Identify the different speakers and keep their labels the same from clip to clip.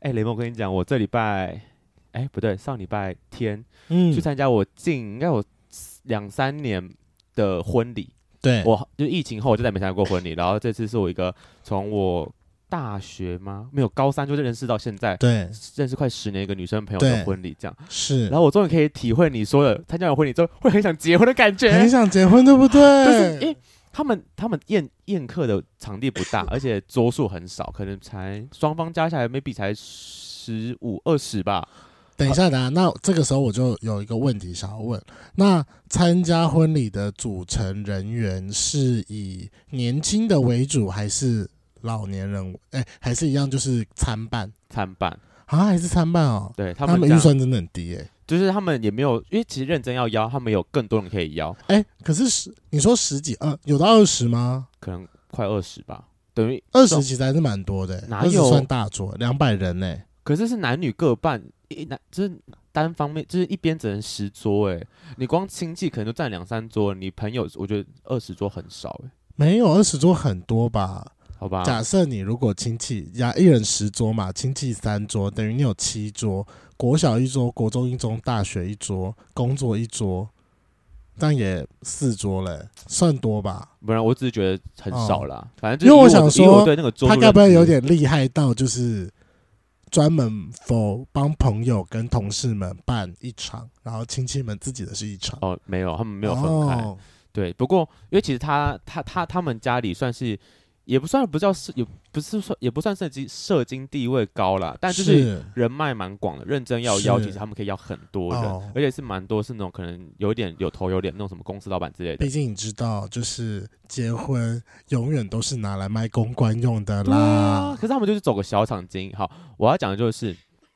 Speaker 1: 哎、雷蒙，我跟你讲，我这礼拜，哎、不对，上礼拜天、
Speaker 2: 嗯
Speaker 1: 去参加我近应该有两三年的婚礼。
Speaker 2: 对，
Speaker 1: 我就疫情后我就再也没参加过婚礼，然后这次是我一个从我大学吗？没有，高三就认识到现在，
Speaker 2: 对
Speaker 1: 认识快十年一个女生朋友的
Speaker 2: 对
Speaker 1: 婚礼，这样。
Speaker 2: 是，
Speaker 1: 然后我终于可以体会你说的参加完婚礼之后会很想结婚的感觉，
Speaker 2: 很想结婚，对不
Speaker 1: 就是因
Speaker 2: 对？
Speaker 1: 为他们他们宴宴客的场地不大，而且桌数很少，可能才双方加起来 maybe 才十五二十吧。
Speaker 2: 等一下，等一下，那这个时候我就有一个问题想要问：那参加婚礼的组成人员是以年轻的为主，还是老年人？哎，还是一样就是参半
Speaker 1: 参半，
Speaker 2: 啊？还是参半哦？
Speaker 1: 对他
Speaker 2: 他
Speaker 1: 们
Speaker 2: 们
Speaker 1: 这
Speaker 2: 预
Speaker 1: 样
Speaker 2: 算真的很低哎、
Speaker 1: 就是他们也没有，因为其实认真要邀，他们有更多人可以邀，
Speaker 2: 哎、可是十，你说十几二、有到二十吗？
Speaker 1: 可能快二十吧，等于
Speaker 2: 二十其实还是蛮多的、
Speaker 1: 哪
Speaker 2: 二十
Speaker 1: 有
Speaker 2: 算大桌，两百人呢、
Speaker 1: 可是是男女各半，一男就是单方面，就是一边只能十桌哎、你光亲戚可能就占两三桌，你朋友我觉得二十桌很少哎、
Speaker 2: 没有二十桌很多吧？
Speaker 1: 好吧？
Speaker 2: 假设你如果亲戚呀，一人十桌嘛，亲戚三桌，等于你有七桌，国小一桌，国中一桌，大学一桌，工作一桌，但也四桌嘞、算多吧？
Speaker 1: 不然我只是觉得很少啦，反正就以
Speaker 2: 哦因为我
Speaker 1: 我
Speaker 2: 想说
Speaker 1: 以我对那个桌数
Speaker 2: 他
Speaker 1: 认
Speaker 2: 该不会
Speaker 1: 知
Speaker 2: 有点厉害到就是专门 for 帮朋友跟同事们办一场，然后亲戚们自己的是一场？
Speaker 1: 哦？没有，他们没有分开。
Speaker 2: 哦
Speaker 1: 对，不过因为其实他他他他们家里算是也不算不叫社，也不是说也不算社经社经地位高啦，但就是
Speaker 2: 是
Speaker 1: 人脉蛮广的，认真要
Speaker 2: 是
Speaker 1: 邀，其实他们可以邀很多人，
Speaker 2: 哦
Speaker 1: 而且是蛮多是那种可能有点有头有脸那种什么公司老板之类的
Speaker 2: 毕。竟你知道，就是结婚永远都是拿来卖公关用的啦
Speaker 1: 啊，。可是他们就是走个小场经。好，我要讲的就是，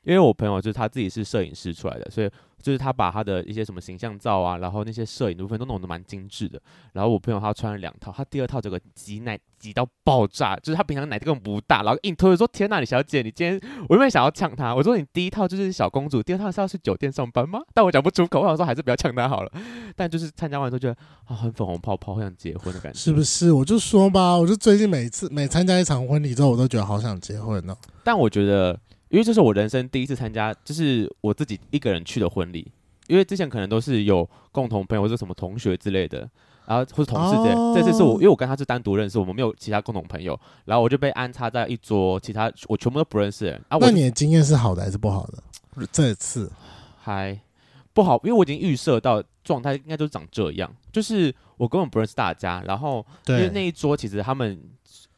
Speaker 1: 因为我朋友就是他自己是摄影师出来的，所以就是他把他的一些什么形象照啊，然后那些摄影的部分都弄得蛮精致的。然后我朋友他穿了两套，他第二套这个挤奶挤到爆炸，就是他平常奶根本不大，然后硬推说：“天呐，李小姐，你今天我原本想要呛他，我说你第一套就是小公主，第二套是要去酒店上班吗？”但我讲不出口，我想说还是不要呛他好了。但就是参加完之后觉得啊，很粉红泡泡，好想结婚的感觉。
Speaker 2: 是不是？我就说吧，我就最近每次每参加一场婚礼之后，我都觉得好想结婚哦。
Speaker 1: 但我觉得，因为这是我人生第一次参加，就是我自己一个人去的婚礼，因为之前可能都是有共同朋友或者什么同学之类的，然后或者同事之类的。
Speaker 2: 哦
Speaker 1: 这次是我，因为我跟他是单独认识，我们没有其他共同朋友，然后我就被安插在一桌，其他我全部都不认识的人啊。我
Speaker 2: 那
Speaker 1: 就
Speaker 2: 你的经验是好的还是不好的？这次
Speaker 1: 还不好，因为我已经预设到状态应该就是长这样，就是我根本不认识大家，然后因为
Speaker 2: 对，
Speaker 1: 那一桌其实他们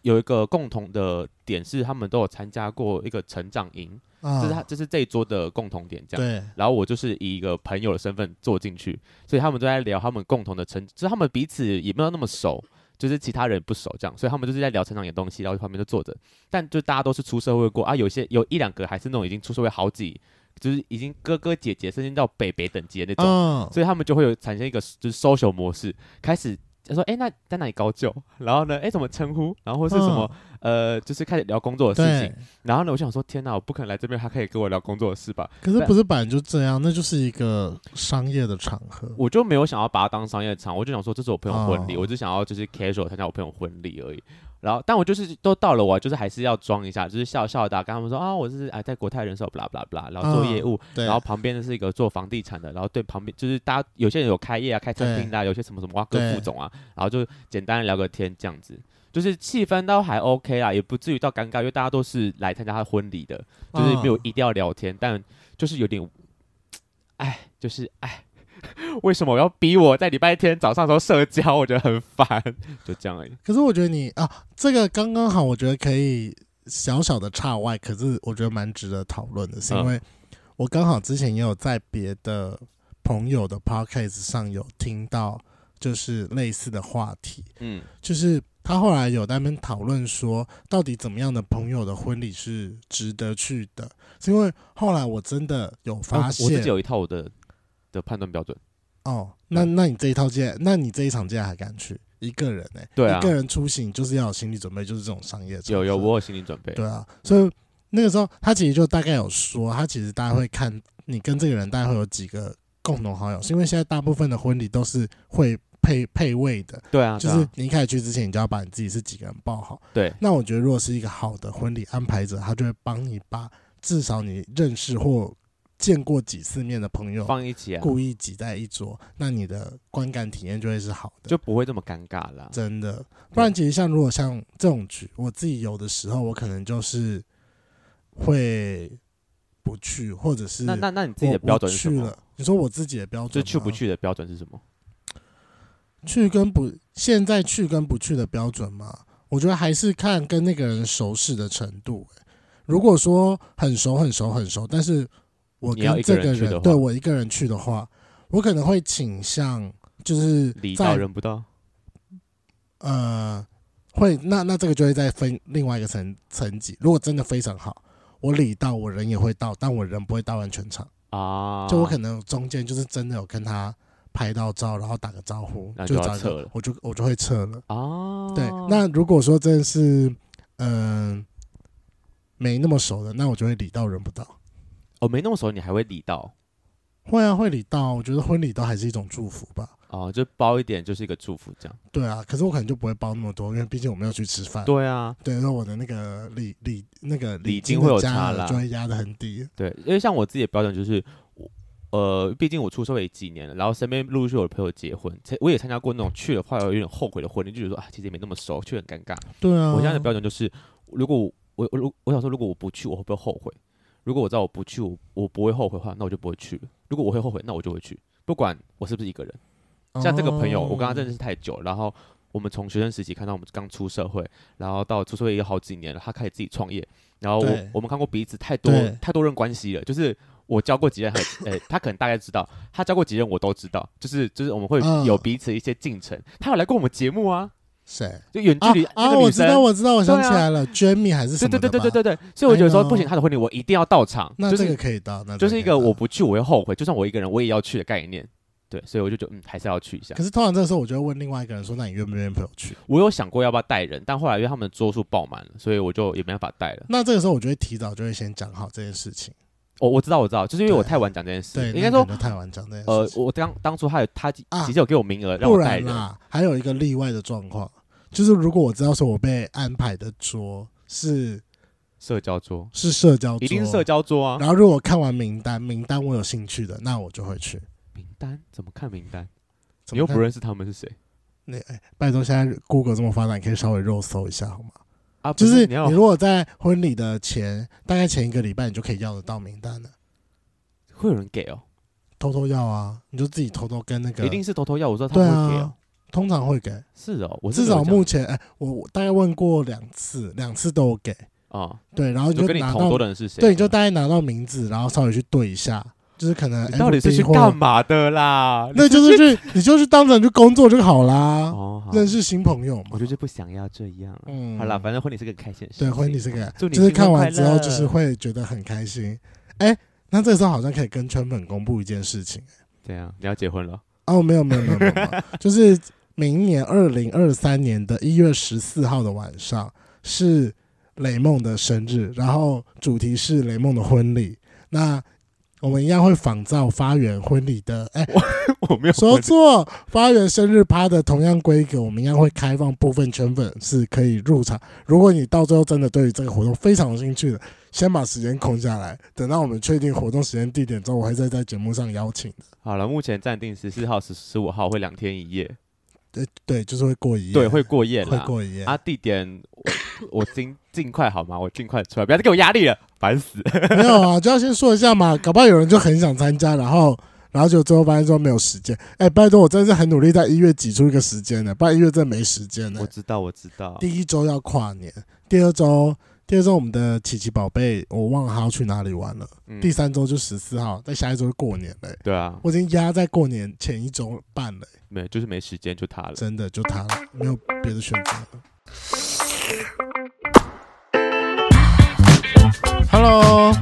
Speaker 1: 有一个共同的点是，他们都有参加过一个成长营。
Speaker 2: 啊
Speaker 1: 这是他这是这一桌的共同点，这样。
Speaker 2: 对
Speaker 1: 然后我就是以一个朋友的身份坐进去，所以他们都在聊他们共同的成，就是他们彼此也没有那么熟，就是其他人不熟这样，所以他们就是在聊成长的东西，然后旁边就坐着，但就大家都是出社会过啊，有些有一两个还是那种已经出社会好几，就是已经哥哥姐姐甚至到北北等级的那种，
Speaker 2: 嗯，
Speaker 1: 所以他们就会有产生一个就是 social 模式，开始说哎、那在哪里高就，然后呢哎、怎么称呼，然后或是什么、
Speaker 2: 嗯
Speaker 1: 呃就是开始聊工作的事情
Speaker 2: 对。。
Speaker 1: 然后呢，我想说，天哪，我不可能来这边，还可以跟我聊工作的事吧？
Speaker 2: 可是不是本来就这样，那就是一个商业的场合。
Speaker 1: 我就没有想要把它当商业场，我就想说这是我朋友婚礼，
Speaker 2: 哦
Speaker 1: 我就想要就是 casual 参加我朋友婚礼而已。然后，但我就是都到了我，就是还是要装一下，就是笑笑的啊、跟他们说啊，我是啊在国泰人寿，blah blah blah，然后做
Speaker 2: 嗯
Speaker 1: 业务，
Speaker 2: 对，
Speaker 1: 然后旁边的是一个做房地产的，然后对旁边就是大家有些人有开业啊、开餐厅的、啊，有些什么什么哇跟
Speaker 2: 对
Speaker 1: 副总啊，然后就简单聊个天这样子，就是气氛都还 OK 啦，也不至于到尴尬，因为大家都是来参加他的婚礼的，就是没有
Speaker 2: 嗯
Speaker 1: 一定要聊天，但就是有点，哎，就是哎。为什么我要逼我在礼拜天早上的时候社交？我觉得很烦， 就这样而已。
Speaker 2: 可是我觉得你啊，这个刚刚好，我觉得可以小小的岔外，可是我觉得蛮值得讨论的，是因
Speaker 1: 嗯
Speaker 2: 为我刚好之前也有在别的朋友的 podcast 上有听到就是类似的话题，
Speaker 1: 嗯，
Speaker 2: 就是他后来有在那边讨论说，到底怎么样的朋友的婚礼是值得去的？是因为后来我真的有
Speaker 1: 哦
Speaker 2: 发
Speaker 1: 我自
Speaker 2: 现
Speaker 1: 己有一套我的的判断标准，
Speaker 2: 哦，那那你这一套借，那你这一场借还敢去一个人呢、
Speaker 1: 对啊
Speaker 2: 一个人出行就是要有心理准备，就是这种商业场
Speaker 1: 有有
Speaker 2: 合
Speaker 1: 我有心理准备，
Speaker 2: 对啊，所以那个时候他其实就大概有说，他其实大家会看你跟这个人大概会有几个共同好友，是因为现在大部分的婚礼都是会配配位的，
Speaker 1: 对啊，
Speaker 2: 就
Speaker 1: 对啊
Speaker 2: 是你哦一开始去之前，你就要把你自己是几个人报好。
Speaker 1: 对
Speaker 2: 那我觉得如果是一个好的婚礼安排者，他就会帮你把至少你认识或见过几次面的朋友。
Speaker 1: 放一起啊，
Speaker 2: 故意挤在一桌，那你的观感体验就会是好的。
Speaker 1: 就不会这么尴尬啦。
Speaker 2: 真的，不然其实像如果像这种局，我自己有的时候我可能就是会不去，或者是
Speaker 1: 那那那你自己的
Speaker 2: 我
Speaker 1: 标
Speaker 2: 我
Speaker 1: 准是什
Speaker 2: 去
Speaker 1: 么？
Speaker 2: 了。你说我自己的标
Speaker 1: 就
Speaker 2: 准，
Speaker 1: 去不？去的标准是什么？
Speaker 2: 去跟不现在去跟不去的标准嘛，我觉得还是看跟那个人熟识的程度、欸如果说很熟很熟很熟，但是我
Speaker 1: 你要
Speaker 2: 跟
Speaker 1: 一个
Speaker 2: 这
Speaker 1: 人
Speaker 2: 个
Speaker 1: 去的
Speaker 2: 人
Speaker 1: 话
Speaker 2: 对我一个人去的话，我可能会倾向就是
Speaker 1: 礼到
Speaker 2: 在
Speaker 1: 人不到，
Speaker 2: 呃，会那那这个就会再分另外一个层层级。如果真的非常好，我礼到我人也会到，但我人不会到完全场，
Speaker 1: 啊，
Speaker 2: 就我可能中间就是真的有跟他拍到照，然后打个招呼
Speaker 1: 那，就
Speaker 2: 就
Speaker 1: 要
Speaker 2: 找一个
Speaker 1: 撤了
Speaker 2: 我就我就会撤了。
Speaker 1: 啊，
Speaker 2: 对，那如果说真的是嗯、呃没那么熟的，那我就会礼到人不到。
Speaker 1: 哦没那么熟，你还会礼到
Speaker 2: 会啊，会礼到，我觉得婚礼都还是一种祝福吧。
Speaker 1: 哦，就包一点就是一个祝福这样。
Speaker 2: 对啊，可是我可能就不会包那么多，因为毕竟我没有去吃饭。
Speaker 1: 对啊，
Speaker 2: 对，那我的那个礼礼那个
Speaker 1: 礼
Speaker 2: 金
Speaker 1: 金会
Speaker 2: 的
Speaker 1: 有
Speaker 2: 加
Speaker 1: 差
Speaker 2: 额
Speaker 1: 啦
Speaker 2: 就会压得很低。
Speaker 1: 对，因为像我自己的标准就是，我呃，毕竟我出社会也几年了，然后身边陆续有朋友结婚，参我也参加过那种去了后来有点后悔的婚礼，就觉得说啊，其实也没那么熟，去很尴尬。
Speaker 2: 对啊，
Speaker 1: 我现在的标准就是，如果我我我我想说，如果我不去，我会不会后悔？如果我知道我不去，我我不会后悔的话，那我就不会去了。如果我会后悔，那我就会去，不管我是不是一个人。像这个朋友，我跟他认
Speaker 2: 识，
Speaker 1: 识太久了，然后我们从学生时期看到我们刚出社会，然后到出社会也有好几年了，他开始自己创业，然后我
Speaker 2: 对
Speaker 1: 我们看过彼此太多
Speaker 2: 对
Speaker 1: 太多任关系了，就是。我交过几任，还呃、他可能大概知道，他交过几任我都知道，就是就是我们会
Speaker 2: 嗯
Speaker 1: 有彼此一些进程。他有来过我们节目啊，
Speaker 2: 谁
Speaker 1: 就远距
Speaker 2: 啊
Speaker 1: 离、那
Speaker 2: 啊？
Speaker 1: 个
Speaker 2: 我
Speaker 1: 女
Speaker 2: 知
Speaker 1: 生，
Speaker 2: 道，我知道，我想
Speaker 1: 对
Speaker 2: 起
Speaker 1: 啊
Speaker 2: 来了，Jamie 还是什
Speaker 1: 对
Speaker 2: 么的
Speaker 1: 对
Speaker 2: 吧？
Speaker 1: 对对对对对，所以我觉得说
Speaker 2: I know
Speaker 1: 不行，他的婚礼我一定要到场，
Speaker 2: 那
Speaker 1: 就
Speaker 2: 这
Speaker 1: 是
Speaker 2: 个可以到，那这
Speaker 1: 就是一个
Speaker 2: 可以到
Speaker 1: 我。不去我会后悔，就算我一个人我也要去的概念。对，所以我就觉得嗯还是要去一下。
Speaker 2: 可是通常这个时候，我就会问另外一个人说：“那你愿不愿意陪我去
Speaker 1: 我有想过要不要带人，但后来因为他们的桌数爆满了，所以我就也没办法带了？”。
Speaker 2: 那这个时候，我就会提早就会先讲好这件事情。
Speaker 1: 我、我知道我知道，就是因为我
Speaker 2: 对
Speaker 1: 太晚讲这件事
Speaker 2: 对，，
Speaker 1: 应该
Speaker 2: 那
Speaker 1: 说
Speaker 2: 可能太晚讲这件
Speaker 1: 呃
Speaker 2: 事，情。
Speaker 1: 我当当初他有他其
Speaker 2: 啊
Speaker 1: 其实有给我名额让
Speaker 2: 不
Speaker 1: 我带
Speaker 2: 然
Speaker 1: 人，
Speaker 2: 啦，还有一个例外的状况，就是如果我知道说我被安排的桌是
Speaker 1: 社交桌
Speaker 2: 是社交桌，
Speaker 1: 一定是社交桌啊。
Speaker 2: 然后如果看完名单，名单我有兴趣的，那我就会去。
Speaker 1: 名单怎么看名单？
Speaker 2: 怎
Speaker 1: 你
Speaker 2: 么
Speaker 1: 又
Speaker 2: 看
Speaker 1: 不认识他们是谁
Speaker 2: 那哎，拜托，现在 Google 这么发达，你可以稍微肉搜一下好吗？
Speaker 1: 啊？不
Speaker 2: 就是
Speaker 1: 你
Speaker 2: 你
Speaker 1: 要
Speaker 2: 如果在婚礼的前大概前一个礼拜，你就可以要得到名单了，
Speaker 1: 会有人给哦，
Speaker 2: 偷偷要啊，你就自己偷偷跟那个
Speaker 1: 一定是偷偷要。我知道他
Speaker 2: 对
Speaker 1: 们会给
Speaker 2: 啊
Speaker 1: 哦，，
Speaker 2: 通常会给，啊
Speaker 1: 是哦，我是
Speaker 2: 至
Speaker 1: 没有
Speaker 2: 少
Speaker 1: 这样
Speaker 2: 目前哎，我我大概问过两次，两次都有给，
Speaker 1: 啊、
Speaker 2: 对，然后你
Speaker 1: 就跟你
Speaker 2: 拿
Speaker 1: 同
Speaker 2: 到
Speaker 1: 桌，的人是谁？啊
Speaker 2: 对，你就大概拿到名字，然后稍微去对一下，就是可能
Speaker 1: 你到底是
Speaker 2: FB
Speaker 1: 去
Speaker 2: 或
Speaker 1: 干？ 嘛的啦？
Speaker 2: 那就是去，你就是当成去工作就好啦，
Speaker 1: 哦，好
Speaker 2: 认识新朋友嘛
Speaker 1: 我。就是不想要这样啊。
Speaker 2: 嗯
Speaker 1: 好啦，反正婚礼是个开心的事
Speaker 2: 对，
Speaker 1: 情。
Speaker 2: 婚礼这个
Speaker 1: 祝你
Speaker 2: 就是
Speaker 1: 新婚
Speaker 2: 看完
Speaker 1: 快
Speaker 2: 之后就是
Speaker 1: 乐
Speaker 2: 会觉得很开心。哎、那这个时候好像可以跟圈粉公布一件事情。
Speaker 1: 怎样？你要结婚了？
Speaker 2: 哦，没有没有没有没有没有，就是明年二零二三年的一月十四号的晚上是雷梦的生日，然后主题是雷梦的婚礼。那我们一样会仿照发源婚礼的，哎、
Speaker 1: 我没有
Speaker 2: 说
Speaker 1: 婚礼
Speaker 2: 错，发源生日趴的同样规格，我们一样会开放部分圈粉是可以入场。如果你到最后真的对于这个活动非常有兴趣的，先把时间空下来，等到我们确定活动时间地点之后，我会再在节目上邀请的。
Speaker 1: 好了，目前暂定十四号、十十五号会两天一夜，
Speaker 2: 对对，就是会过一夜，
Speaker 1: 对，会过夜
Speaker 2: 会
Speaker 1: 啦。
Speaker 2: 过一夜。
Speaker 1: 啊，地点我我尽 尽快好吗？我尽快出来，不要再给我压力了，烦死！
Speaker 2: 没 有啊，就要先说一下嘛，搞不好有人就很想参加，然后。然后就最后发现说没有时间，哎，拜托，我真的是很努力在一月挤出一个时间的，不然一月真的没时间的
Speaker 1: 我。知道，我知道，
Speaker 2: 第一周要跨年，第二周第二周我们的琪琪宝贝，我忘了他要去哪里玩了。
Speaker 1: 嗯
Speaker 2: 第三周就十四号，在下一周就过年嘞、
Speaker 1: 对啊，
Speaker 2: 我已经压在过年前一周半了、
Speaker 1: 没有就是没时间就他了。
Speaker 2: 真的就他了，没有别的选择了。Hello，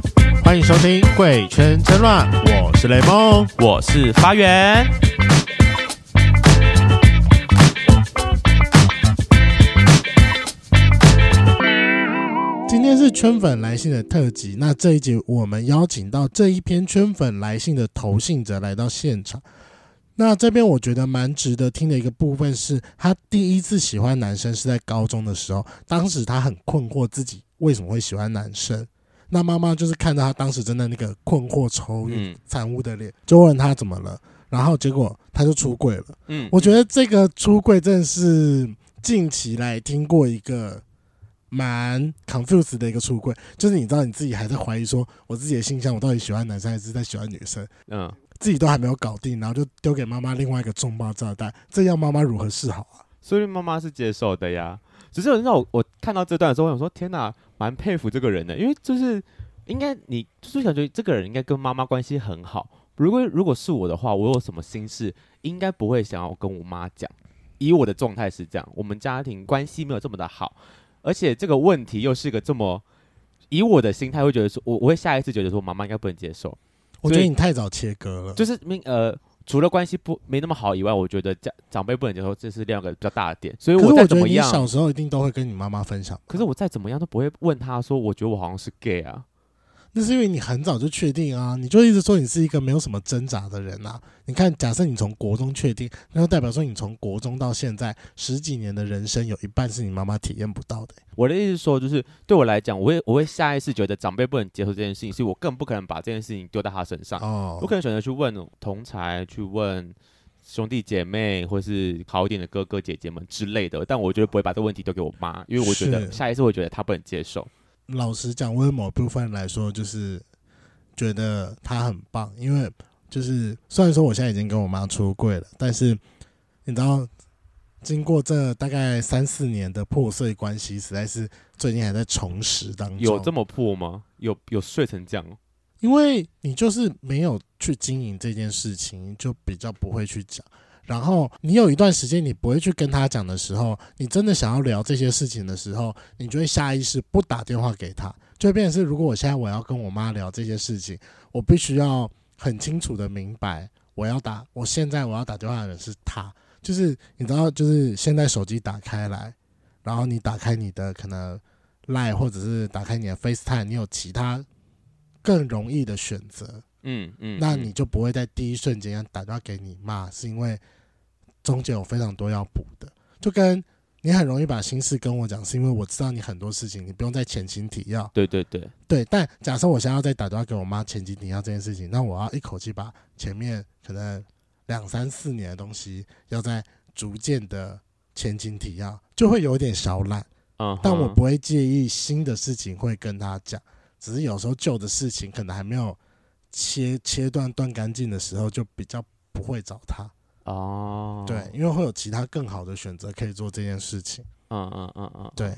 Speaker 2: 欢迎收听《贵圈争乱》，我是雷梦。
Speaker 1: 我是发源，
Speaker 2: 今天是圈粉来信的特辑，那这一集我们邀请到这一篇圈粉来信的投信者来到现场。那这边我觉得蛮值得听的一个部分是，他第一次喜欢男生是在高中的时候，当时他很困惑自己为什么会喜欢男生。那妈妈就是看到他当时真的那个困惑、愁郁、
Speaker 1: 嗯
Speaker 2: 惨无的脸，就问他怎么了，然后结果他就出柜了。
Speaker 1: 嗯，
Speaker 2: 我觉得这个出柜真的是近期来听过一个蛮 confused 的一个出柜，就是你知道你自己还在怀疑说，我自己的性向我到底喜欢男生还是在喜欢女生，
Speaker 1: 嗯，
Speaker 2: 自己都还没有搞定，然后就丢给妈妈另外一个重包炸弹，这要妈妈如何是好啊？
Speaker 1: 所以妈妈是接受的呀。只是让我我看到这段的时候，我想说天哪，蛮佩服这个人的，因为就是应该你就是感觉这个人应该跟妈妈关系很好。如果如果是我的话，我有什么心事，应该不会想要跟我妈讲。以我的状态是这样，我们家庭关系没有这么的好，而且这个问题又是个这么，以我的心态会觉得说，我我会下意识觉得说，妈妈应该不能接受。
Speaker 2: 我觉得你太早切割了，
Speaker 1: 就是明呃，除了关系不没那么好以外，我觉得长长辈不能接受，这是另外一个比较大的点。所以
Speaker 2: 可是
Speaker 1: 再怎
Speaker 2: 我觉得
Speaker 1: 么
Speaker 2: 你
Speaker 1: 样，
Speaker 2: 小时候一定都会跟你妈妈分享，
Speaker 1: 可是我再怎么样都不会问他说，我觉得我好像是 gay 啊。
Speaker 2: 那是因为你很早就确定啊，你就一直说你是一个没有什么挣扎的人啊。你看，假设你从国中确定，那就代表说你从国中到现在十几年的人生，有一半是你妈妈体验不到的、
Speaker 1: 我的意思是说，就是对我来讲，我会我会下意识觉得长辈不能接受这件事情，所以我更不可能把这件事情丢到他身上。
Speaker 2: 哦
Speaker 1: 我可能选择去问同才，去问兄弟姐妹，或是好一点的哥哥姐姐们之类的，但我绝对不会把这个问题丢给我妈，因为我觉得
Speaker 2: 是
Speaker 1: 下一次我觉得他不能接受。
Speaker 2: 老实讲，我有某部分来说，就是觉得他很棒，因为就是虽然说我现在已经跟我妈出柜了，但是你知道，经过这大概三四年的破碎关系，实在是最近还在重拾当中。
Speaker 1: 有这么破吗？有有睡成这样哦？
Speaker 2: 因为你就是没有去经营这件事情，你就比较不会去讲。然后你有一段时间你不会去跟他讲的时候，你真的想要聊这些事情的时候，你就会下意识不打电话给他，就会变成是如果我现在我要跟我妈聊这些事情，我必须要很清楚的明白，我要打，我现在我要打电话的人是他，就是你知道，就是现在手机打开来，然后你打开你的可能 Line 或者是打开你的 FaceTime，你有其他更容易的选择，
Speaker 1: 嗯嗯，
Speaker 2: 那
Speaker 1: 嗯
Speaker 2: 你就不会在第一瞬间要打电话给你妈，是因为中间有非常多要补的，就跟你很容易把心事跟我讲，是因为我知道你很多事情，你不用再前情提要。
Speaker 1: 对对对，
Speaker 2: 对，但假设我现在要再打电话给我妈前情提要这件事情，那我要一口气把前面可能两三四年的东西，要在逐渐的前情提要，就会有点小懒。
Speaker 1: 嗯哼，
Speaker 2: 但我不会介意新的事情会跟他讲，只是有时候旧的事情可能还没有切切断断干净的时候，就比较不会找他。
Speaker 1: 哦，
Speaker 2: 对，因为会有其他更好的选择可以做这件事情。
Speaker 1: 嗯嗯嗯嗯，
Speaker 2: 对，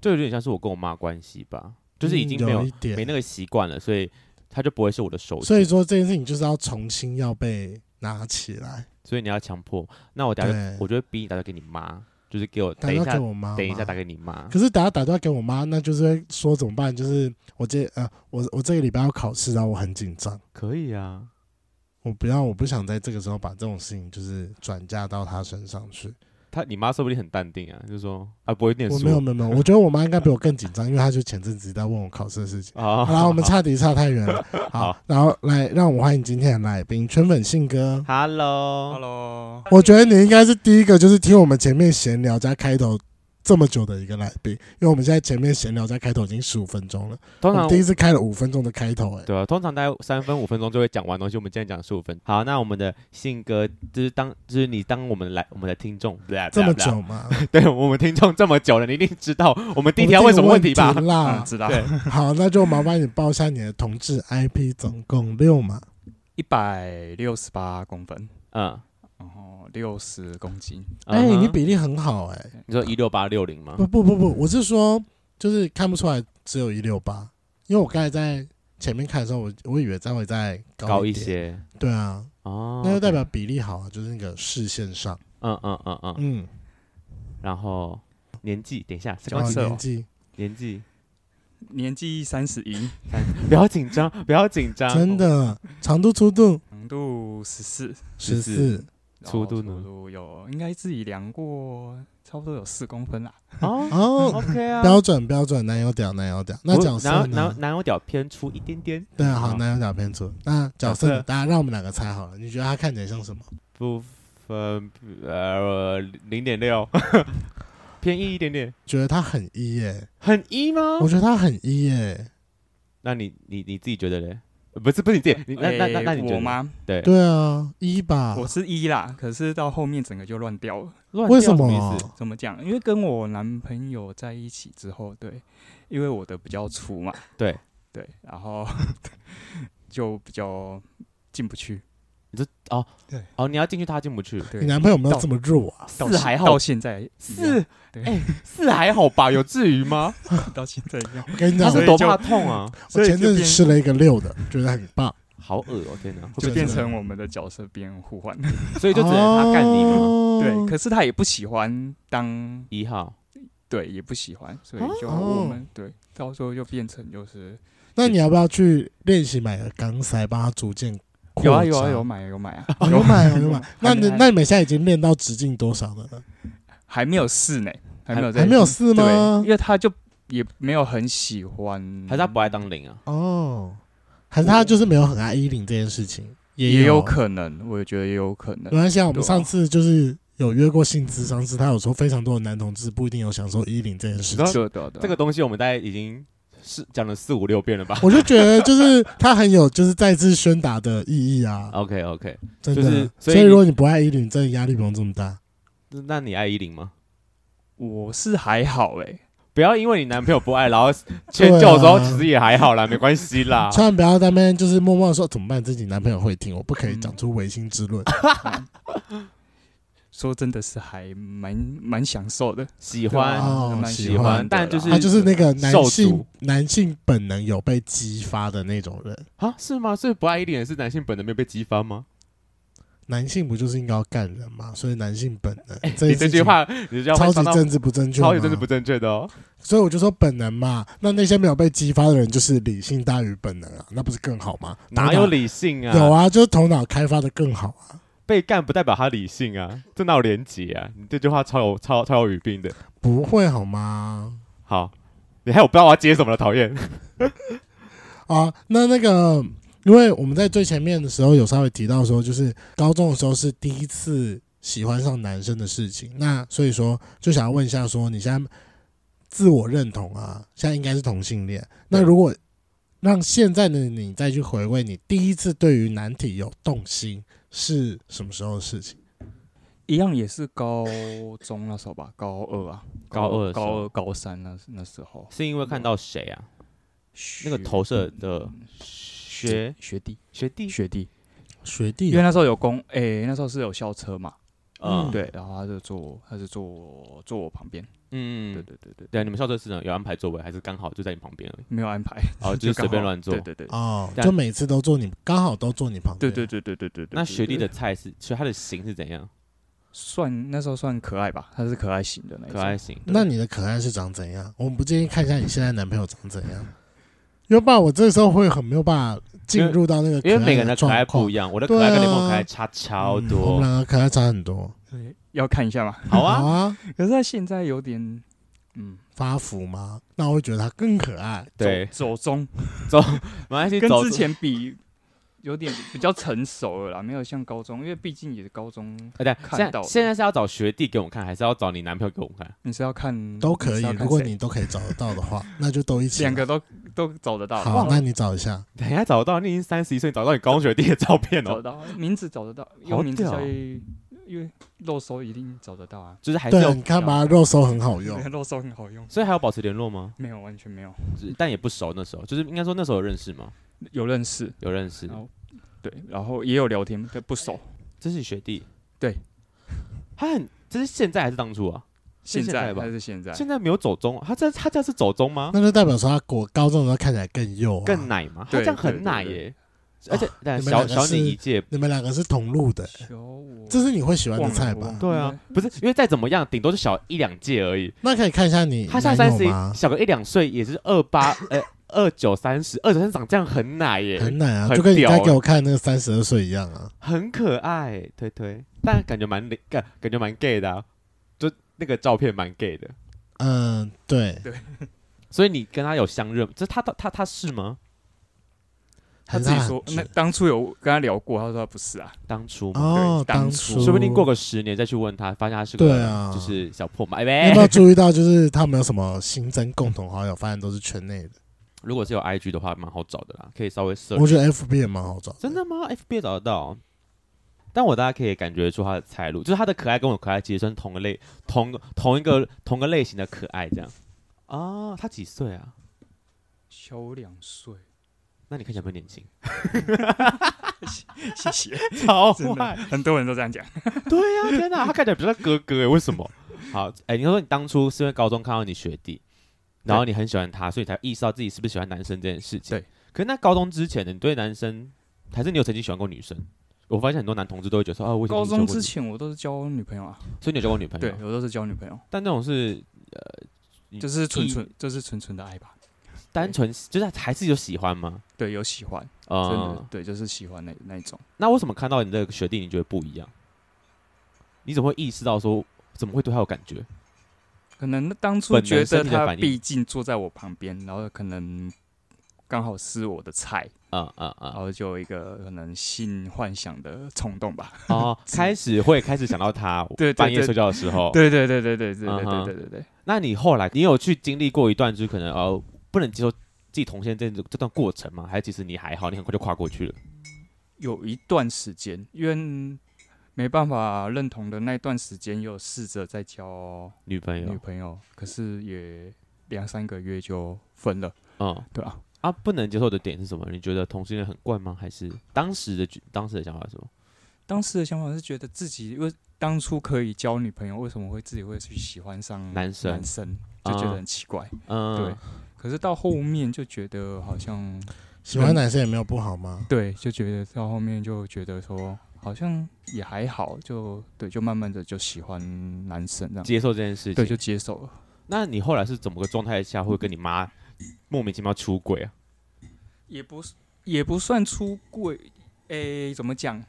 Speaker 1: 这有点像是我跟我妈关系吧，就是已
Speaker 2: 嗯
Speaker 1: 经
Speaker 2: 有
Speaker 1: 没有
Speaker 2: 一点
Speaker 1: 没那个习惯了，所以她就不会是我的手机，
Speaker 2: 所以说这件事情就是要重新要被拿起来，
Speaker 1: 所以你要强迫。那我打
Speaker 2: 对，
Speaker 1: 啊我就会逼你打电话给你妈，就是给我
Speaker 2: 打
Speaker 1: 等
Speaker 2: 电
Speaker 1: 一
Speaker 2: 话
Speaker 1: 下
Speaker 2: 给，我妈妈。
Speaker 1: 等一下打给你妈。
Speaker 2: 可是等下打电话给我妈，那就是会说怎么办？就是我这呃，我我这个礼拜要考试，然后我很紧张，
Speaker 1: 可以啊，
Speaker 2: 我不要，我不想在这个时候把这种事情就是转嫁到她身上去。
Speaker 1: 她你妈说不定很淡定啊，就说啊不会念
Speaker 2: 我
Speaker 1: 书
Speaker 2: 没有没 有没有，我觉得我妈应该比我更紧张，因为她就前阵子一直在问我考试的事情。
Speaker 1: 啊。
Speaker 2: 好啦，我 们差题差太远了。好
Speaker 1: 好，
Speaker 2: 然后来让我们欢迎今天的来宾圈粉信哥。
Speaker 1: Hello，
Speaker 3: Hello，
Speaker 2: 我觉得你应该是第一个，就是听我们前面闲聊加开头这么久的一个来宾，因为我们现在前面闲聊加开头已经十五分钟了，我
Speaker 1: 通
Speaker 2: 们
Speaker 1: 常
Speaker 2: 第一次开了五分钟的开头，哎，
Speaker 1: 对啊，通常大概三分五分钟就会讲完东西，我们今天讲十五分。好，那我们的信哥就是当就是你当我们来我们的听众，
Speaker 2: 这么久吗？
Speaker 1: 对我们听众这么久了，你一定知道我们第一条
Speaker 2: 我
Speaker 1: 问
Speaker 2: 们
Speaker 1: 什么
Speaker 2: 这
Speaker 1: 问
Speaker 2: 个问
Speaker 1: 题吧？
Speaker 2: 啦
Speaker 3: 嗯，？知道
Speaker 1: 对
Speaker 2: 好，那就麻烦你报一下你的同志 IP，总共六嘛。
Speaker 3: 一百六十八公分，
Speaker 1: 嗯，
Speaker 3: 然后六十公斤，
Speaker 2: 哎，
Speaker 1: 嗯哼嗯
Speaker 2: 你比例很好，哎。
Speaker 1: 你说一六八六零吗？
Speaker 2: 不不不不，我是说就是看不出来只有一六八，因为我刚才在前面看的时候，我我以为再会再高
Speaker 1: 高
Speaker 2: 一
Speaker 1: 一
Speaker 2: 点，
Speaker 1: 些
Speaker 2: 对啊，
Speaker 1: 哦，
Speaker 2: 那就代表比例好啊，就是那个视线上，
Speaker 1: 嗯嗯嗯嗯，
Speaker 2: 嗯，
Speaker 1: 然后年纪，等一下，是
Speaker 2: 然
Speaker 1: 刚
Speaker 2: 后
Speaker 1: 几
Speaker 2: 年
Speaker 1: 岁？
Speaker 2: 纪
Speaker 1: 年纪，
Speaker 3: 年纪三十一，
Speaker 1: 不要紧张，不要紧张，
Speaker 2: 真的长度粗度
Speaker 3: 长度十四，
Speaker 2: 十
Speaker 1: 14
Speaker 2: 四
Speaker 1: 粗度呢
Speaker 3: 粗度有应该自己量过，差不多有四公分啦。
Speaker 1: 哦
Speaker 2: 哦，
Speaker 1: ，OK 啊，
Speaker 2: 标准标准男友屌男友屌，那
Speaker 1: 不
Speaker 2: 角
Speaker 1: 男
Speaker 2: 色
Speaker 1: 友男友
Speaker 2: 呢？
Speaker 1: 男友屌偏粗一点点，哦
Speaker 2: 对啊，
Speaker 3: 嗯
Speaker 2: 好，
Speaker 1: 好
Speaker 2: 男友屌偏粗，那角
Speaker 1: 角
Speaker 2: 色
Speaker 1: 色
Speaker 2: 大家让我们两个猜好了，你觉得他看起来像什么？
Speaker 1: 部分呃零点六， 偏一一点点，
Speaker 2: 觉得他很一耶，
Speaker 1: 很一吗？
Speaker 2: 我觉得他很一耶，
Speaker 1: 那你你你自己觉得嘞？呃不是不是你自己，你那那那那
Speaker 3: 诶
Speaker 1: 你觉得？
Speaker 3: 我吗？
Speaker 1: 对，
Speaker 2: 对啊，一吧，
Speaker 3: 我是一啦，可是到后面整个就乱掉了。
Speaker 1: 乱
Speaker 2: 为
Speaker 1: 掉
Speaker 2: 什
Speaker 1: 意
Speaker 2: 么
Speaker 1: 思？？
Speaker 3: 怎么讲？因为跟我男朋友在一起之后，对，因为我的比较粗嘛，
Speaker 1: 对
Speaker 3: 对，然后 就比较进不去。
Speaker 1: 哦，
Speaker 3: 对，
Speaker 1: 哦，你要进去，他进不去。
Speaker 2: 你
Speaker 3: 对，
Speaker 2: 男朋友没有这么弱啊？
Speaker 3: 到
Speaker 1: 是
Speaker 3: 现
Speaker 1: 还好
Speaker 3: 到现在一样
Speaker 1: 是，
Speaker 3: 对
Speaker 1: 哎，是还好 吧？有至于吗？
Speaker 3: 到现在一样，
Speaker 2: 我跟你
Speaker 1: 他
Speaker 2: 讲，
Speaker 3: 所
Speaker 1: 是
Speaker 3: 以
Speaker 1: 多
Speaker 3: 就
Speaker 1: 怕痛啊！
Speaker 2: 我
Speaker 3: 所以
Speaker 2: 前阵
Speaker 3: 就
Speaker 2: 子
Speaker 3: 变
Speaker 2: 吃了一个六的，觉得很棒，
Speaker 1: 好恶哦，天 哪！
Speaker 2: 对
Speaker 3: 就变
Speaker 2: 对
Speaker 3: 成我们的角色变互换。
Speaker 1: 所以就只能他干你吗？
Speaker 2: 哦
Speaker 3: 对，可是他也不喜欢当，
Speaker 1: 一号，
Speaker 3: 对，也不喜欢，所以就
Speaker 2: 哦
Speaker 3: 我们对，到时候就变成就是
Speaker 2: 那你要不要去练习买个钢塞，帮他逐渐扩
Speaker 3: 有啊
Speaker 2: 张
Speaker 3: 有啊有买啊有买啊
Speaker 2: 哦有买哦有
Speaker 3: 有
Speaker 2: 买
Speaker 3: 买。
Speaker 2: 那
Speaker 3: 还没
Speaker 2: 你那你们现在已经练到直径多少了呢？
Speaker 3: 还没有试呢，还没有在
Speaker 2: 还没有四
Speaker 3: 对，
Speaker 2: 吗
Speaker 3: 因？为他就也没有很喜欢，
Speaker 1: 还是他不爱当零啊？
Speaker 2: 哦，还是他就是没有很爱衣领这件事情，
Speaker 3: 也
Speaker 2: 有啊
Speaker 3: 有可能，我觉得也有可
Speaker 2: 没
Speaker 3: 能。
Speaker 2: 关系啊，我们
Speaker 3: 对啊
Speaker 2: 上次就是有约过性咨商师，他有说非常多的男同志不一定有享受衣领这件
Speaker 1: 你知
Speaker 2: 事
Speaker 1: 道
Speaker 2: 情。
Speaker 3: 对对啊对，
Speaker 1: 这个东西我们大概已经是讲了四五六遍了吧
Speaker 2: 我就觉得就是他很有就是再次宣达的意 义啊，
Speaker 1: ？OK OK，
Speaker 2: 真的。
Speaker 1: 就是所
Speaker 2: 所
Speaker 1: 以
Speaker 2: 以
Speaker 1: 你
Speaker 2: 如果你不爱衣领，真的压力不用这么大。
Speaker 1: 那你爱一零吗？
Speaker 3: 我是还好哎，
Speaker 1: 不要因为你男朋友不爱，然 后迁就的时候
Speaker 2: 对啊
Speaker 1: 其实也还好啦，没关系 啦。
Speaker 2: 千万不要在那边就是默默地说哦怎么办，自己男朋友会听，我不可以讲出违心之论。
Speaker 1: 啊
Speaker 3: 说真的是还蛮蛮享受的，
Speaker 1: 喜
Speaker 3: 对
Speaker 1: 欢
Speaker 3: 啊
Speaker 2: 哦
Speaker 3: 蛮
Speaker 2: 喜
Speaker 3: 喜
Speaker 2: 欢
Speaker 3: 欢的啦，
Speaker 1: 但就是
Speaker 2: 他就是那个男
Speaker 1: 受
Speaker 2: 性
Speaker 1: 阻
Speaker 2: 男性本能有被激发的那种人，
Speaker 1: 啊？是吗？所以不爱一点是男性本能没有被激发吗？
Speaker 2: 男性不就是应该要干人吗？所以男性本能，这
Speaker 1: 你
Speaker 2: 件
Speaker 1: 这
Speaker 2: 事
Speaker 1: 句
Speaker 2: 情
Speaker 1: 话，你这句话
Speaker 2: 超
Speaker 1: 会
Speaker 2: 级
Speaker 1: 伤到
Speaker 2: 政治不正确吗，
Speaker 1: 超级政治不正确的哦。
Speaker 2: 所以我就说本能嘛。那那些没有被激发的人，就是理性大于本能啊，那不是更好吗？
Speaker 1: 哪有？理性啊？
Speaker 2: 有，啊，就是头脑开发的更好啊。
Speaker 1: 被干不代表他理性啊，这哪有连结啊？你这句话超有超超有语病的。
Speaker 2: 不会好吗？
Speaker 1: 好，你还有不知道我要接什么了，讨厌。
Speaker 2: 啊，那那个，因为我们在最前面的时候有稍微提到说，就是高中的时候是第一次喜欢上男生的事情，那所以说就想要问一下，说你现在自我认同啊，现在应该是同性恋，那如果让现在的你再去回味你第一次对于男体有动心是什么时候的事情？
Speaker 3: 一样也是高中那时候吧，高二啊，
Speaker 1: 高二的时候
Speaker 3: 高二、高三那那时候，
Speaker 1: 是因为看到谁啊？那个
Speaker 3: 学
Speaker 1: 投射的学
Speaker 3: 嗯学弟
Speaker 1: 学弟，
Speaker 3: 学弟，
Speaker 2: 学
Speaker 3: 因
Speaker 2: 弟
Speaker 3: 为那时候有公诶、那时候是有校车嘛，
Speaker 1: 嗯，
Speaker 3: 对，然后他就坐，他是坐坐我旁边，
Speaker 1: 嗯，
Speaker 3: 对
Speaker 1: 嗯，
Speaker 3: 对对对，
Speaker 1: 对，你们校车是呢有安排座位，还是刚好就在你旁边而 已？
Speaker 3: 没有安排，
Speaker 1: 哦， 就是随
Speaker 3: 刚
Speaker 1: 便
Speaker 3: 好
Speaker 1: 乱坐啊
Speaker 3: 对。对对，
Speaker 2: 哦，
Speaker 1: 但
Speaker 2: 就每次都坐你，刚好都坐你旁
Speaker 3: 对
Speaker 2: 边。
Speaker 3: 对对对对对对。
Speaker 1: 那学弟的
Speaker 3: 对
Speaker 1: 菜是，所以他的型是怎样？
Speaker 3: 算那时候算可爱吧，他是可爱型哎的那一种
Speaker 1: 可爱型。
Speaker 2: 那你的可爱是长怎样？我们不建议看一下你现在男朋友长怎样，因为不然我这时候会很没有办法进入到那个可
Speaker 1: 因
Speaker 2: 爱
Speaker 1: 为每个人
Speaker 2: 的
Speaker 1: 的可爱
Speaker 2: 状况
Speaker 1: 不一样，我的
Speaker 2: 对
Speaker 1: 可爱跟你们
Speaker 2: 啊
Speaker 1: 可爱差超
Speaker 2: 嗯我
Speaker 1: 多
Speaker 2: 们。两个可爱差很多。
Speaker 3: 对，要看一下嘛。
Speaker 1: 好啊，
Speaker 2: 啊，
Speaker 3: 可是他现在有点，嗯，
Speaker 2: 发福吗？那我会觉得他更可爱。
Speaker 1: 对，
Speaker 3: 走中，
Speaker 1: 马来西亚
Speaker 3: 跟
Speaker 1: 走
Speaker 3: 之前比有点比较成熟了啦，没有像高中，因为毕竟也是高中，
Speaker 1: 哎，对，现
Speaker 3: 看
Speaker 1: 在
Speaker 3: 到的
Speaker 1: 现在是要找学弟给我们看，还是要找你男朋友给我们看？
Speaker 3: 你是要看
Speaker 2: 都可
Speaker 3: 是
Speaker 2: 以
Speaker 3: 要，看
Speaker 2: 如果
Speaker 3: 谁
Speaker 2: 你都可以找得到 的话，那就都一起吧。
Speaker 3: 两个都都找得到，
Speaker 2: 好，
Speaker 3: 忘了
Speaker 2: 那你找一下。
Speaker 1: 等一下找得到，你已经三十一岁，找到你高中学弟的照片
Speaker 3: 找得
Speaker 1: 哦，
Speaker 3: 到名字找得到，
Speaker 1: 好
Speaker 3: 用名字
Speaker 1: 屌
Speaker 3: 叫，因为肉搜一定找得到啊，
Speaker 1: 就是还是
Speaker 2: 对啊，
Speaker 1: 有
Speaker 2: 你，看吧，肉搜很好 用
Speaker 3: 因为。肉搜很好用，
Speaker 1: 所以还有保持联络吗？
Speaker 3: 没有完全没有
Speaker 1: 只但也不熟那时候，就是应该说那时候有认识吗？
Speaker 3: 有认识，
Speaker 1: 有认识，
Speaker 3: 然后对，然后也有聊天，但不熟，
Speaker 1: 这是你学弟，
Speaker 3: 对，
Speaker 1: 他很，这是现在还是当初啊？
Speaker 3: 现
Speaker 1: 现在
Speaker 3: 在
Speaker 1: 吧
Speaker 3: 还是现在？
Speaker 1: 现在没有走中，啊他这他这样是走中吗？
Speaker 2: 那就代表说他国高中的时候看起来更幼、啊，
Speaker 1: 更奶吗？他
Speaker 3: 对
Speaker 1: 这样
Speaker 3: 对
Speaker 1: 很奶
Speaker 3: 对
Speaker 1: 耶，而且但
Speaker 2: 你们
Speaker 1: 小
Speaker 2: 两个
Speaker 1: 小
Speaker 2: 是
Speaker 1: 你一届，
Speaker 2: 你们两个是同路的、
Speaker 3: 求我，
Speaker 2: 这是你会喜欢的菜
Speaker 3: 忘了
Speaker 2: 吧？
Speaker 1: 对啊，不是因为再怎么样，顶多就小一两届而已。
Speaker 2: 那可以看一下你
Speaker 1: 他现在三
Speaker 2: 男
Speaker 1: 十
Speaker 2: 友吗，？
Speaker 1: 小个一两岁，也是二八 呃二九三十，二九三长这样很奶耶，
Speaker 2: 很奶啊，
Speaker 1: 很
Speaker 2: 就跟你
Speaker 1: 屌
Speaker 2: 该
Speaker 1: 欸
Speaker 2: 给我看那个三十二岁一样啊。
Speaker 1: 很可爱，推推，但感觉蛮感感觉蛮 gay 的、啊，就那个照片蛮 gay 的。
Speaker 2: 嗯，对，
Speaker 1: 所以你跟他有相认，这他他他他是吗？
Speaker 3: 他
Speaker 2: 很
Speaker 3: 自己
Speaker 2: 辣
Speaker 3: 说，
Speaker 2: 很
Speaker 3: 那
Speaker 2: 直
Speaker 3: 当初有跟他聊过，他说他不是啊，
Speaker 1: 当初吗？
Speaker 2: 哦，
Speaker 3: 对当
Speaker 2: 当
Speaker 3: 初
Speaker 2: 初
Speaker 1: 说不定过个十年再去问他，发现他是个
Speaker 2: 对啊
Speaker 1: 就是小破马。哎、
Speaker 2: 你有没有注意到，就是他们有什么新增共同好友，发现都是圈内的。
Speaker 1: 如果是有 IG 的话，蛮好找的啦，可以稍微 search
Speaker 2: 我觉得 FB 也蛮好找，
Speaker 1: 真的吗？FB 也找得到？但我大家可以感觉出他的财路，就是他的可爱跟我可爱其实算同个类、同同一个同个类型的可爱这样。啊，他几岁啊？
Speaker 3: 小我两岁，
Speaker 1: 那你看起来会年轻，
Speaker 3: 谢谢，
Speaker 1: 超
Speaker 3: 真的，很多人都这样讲。
Speaker 1: 对呀、天哪，他看起来比较像哥哥哎，为什么？好，哎、你说你当初是因为高中看到你学弟，然后你很喜欢他，所以你才意识到自己是不是喜欢男生这件事情。
Speaker 3: 对。
Speaker 1: 可是那高中之前呢，你对男生还是你有曾经喜欢过女生？我发现很多男同志都会觉得说，啊，我以前
Speaker 3: 高
Speaker 1: 喜欢
Speaker 3: 中
Speaker 1: 过
Speaker 3: 之
Speaker 1: 你，
Speaker 3: 前我都是交女朋友啊，
Speaker 1: 所以你有交过女朋友？
Speaker 3: 对我都是交女朋友，
Speaker 1: 但那种是呃，你
Speaker 3: 就是纯纯
Speaker 1: 一，
Speaker 3: 就是纯纯的爱吧。
Speaker 1: 单纯，就是还是有喜欢吗？
Speaker 3: 对，有喜欢，真的
Speaker 1: 啊，，
Speaker 3: 对，就是喜欢那那一种。
Speaker 1: 那为什么看到你的学弟，你觉得不一样？你怎么会意识到说，怎么会对他有感觉？
Speaker 3: 可能当初
Speaker 1: 本能
Speaker 3: 觉
Speaker 1: 身
Speaker 3: 得
Speaker 1: 体的
Speaker 3: 他
Speaker 1: 反应
Speaker 3: 毕竟坐在我旁边，然后可能刚好是我的菜，
Speaker 1: 啊啊
Speaker 3: 然
Speaker 1: 啊！
Speaker 3: 后就有一个可能性幻想的冲动吧。
Speaker 1: 哦，开始会开始想到他
Speaker 3: 对对，
Speaker 1: 半夜
Speaker 3: 对
Speaker 1: 睡觉的时候。
Speaker 3: 对对对对对对对
Speaker 1: 嗯哼
Speaker 3: 对对对对，
Speaker 1: 那你后来，你有去经历过一段，就是可能哦，不能接受自己同性这这段过程吗？还是其实你还好，你很快就跨过去了？
Speaker 3: 有一段时间，因为没办法认同的那段时间，有试着在交
Speaker 1: 女朋
Speaker 3: 女
Speaker 1: 友，
Speaker 3: 朋友，可是也两三个月就分了，
Speaker 1: 嗯
Speaker 3: 对啊，
Speaker 1: 啊，不能接受的点是什么？你觉得同性恋很怪吗？还是当时的当时的想法是什么？
Speaker 3: 当时的想法是觉得自己为当初可以交女朋友，为什么会自己会去喜欢上
Speaker 1: 男生
Speaker 3: 男生就觉
Speaker 1: 啊
Speaker 3: 得很奇怪。
Speaker 1: 嗯，
Speaker 3: 对，可是到后面就觉得好像，
Speaker 2: 喜欢男生也没有不好吗？
Speaker 3: 对，就觉得到后面就觉得说好像也还好，就对，就慢慢的就喜欢男生这样，
Speaker 1: 接受这件事情。
Speaker 3: 对，就接受了。
Speaker 1: 那你后来是怎么个状态下会跟你妈莫名其妙出轨啊？
Speaker 3: 也不是也不算出柜，诶、怎么讲？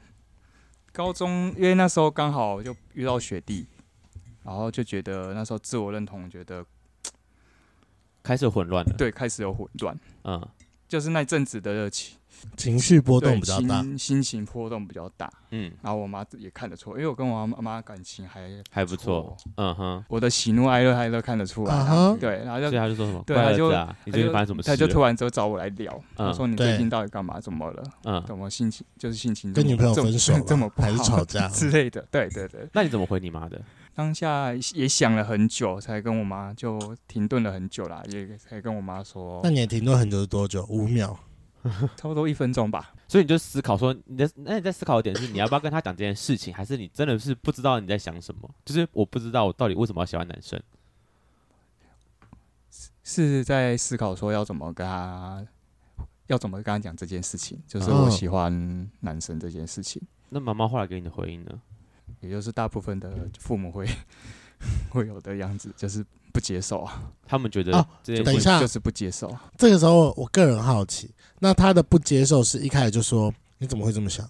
Speaker 3: 高中因为那时候刚好就遇到学弟，然后就觉得那时候自我认同，觉得
Speaker 1: 开始混乱了。，
Speaker 3: 对开始有混乱，
Speaker 1: 嗯
Speaker 3: 就是那阵子的情
Speaker 2: 情绪波
Speaker 3: 波
Speaker 2: 动比较大，
Speaker 3: 心心情波动比较大。
Speaker 1: 嗯，
Speaker 3: 然后我妈也看得出，因哎为我跟我妈妈感情还
Speaker 1: 还不错，嗯哼。
Speaker 3: 我的喜怒哀乐她都看得出来
Speaker 2: 啊哈
Speaker 3: 啊。对，然后
Speaker 1: 所以
Speaker 3: 就
Speaker 1: 他就说什么？
Speaker 3: 对
Speaker 1: 乖
Speaker 3: 他
Speaker 1: 儿
Speaker 3: 就
Speaker 1: 子啊，你最近发生什么事了？
Speaker 3: 她就突然就找我来聊，
Speaker 1: 嗯
Speaker 3: 她说你
Speaker 2: 对
Speaker 3: 最近到底干嘛？怎么了？
Speaker 1: 嗯，
Speaker 3: 怎么心情就是心情这
Speaker 2: 跟
Speaker 3: 么
Speaker 2: 女朋友
Speaker 3: 这么
Speaker 2: 分手
Speaker 3: 这么
Speaker 2: 了，
Speaker 3: 不好？
Speaker 2: 还是吵架
Speaker 3: 之类的。对对对，
Speaker 1: 那你怎么回你妈的？
Speaker 3: 当下也想了很久，才跟我妈就停顿了很久啦，也才跟我妈说
Speaker 2: 那，你也停顿很久是多久？五秒。
Speaker 3: 差不多一分钟吧。
Speaker 1: 所以你就思考说，你的那你在思考的点是，你要不要跟他讲这件事情，还是你真的是不知道你在想什么？就是我不知道我到底为什么要喜欢男生。
Speaker 3: 是在思考说要怎么跟她，要怎么跟她讲这件事情，就是
Speaker 2: 嗯
Speaker 3: 我喜欢男生这件事情。
Speaker 1: 那妈妈后来给你的回应呢？
Speaker 3: 也就是大部分的父母会会有的样子，就是不接受啊，
Speaker 1: 他们觉得
Speaker 2: 哦
Speaker 1: 这件
Speaker 2: 等一
Speaker 1: 事
Speaker 2: 下哦
Speaker 3: 就是不接受啊。
Speaker 2: 这个时候，我个人好奇，那他的不接受是一开始就说你怎么会这么想，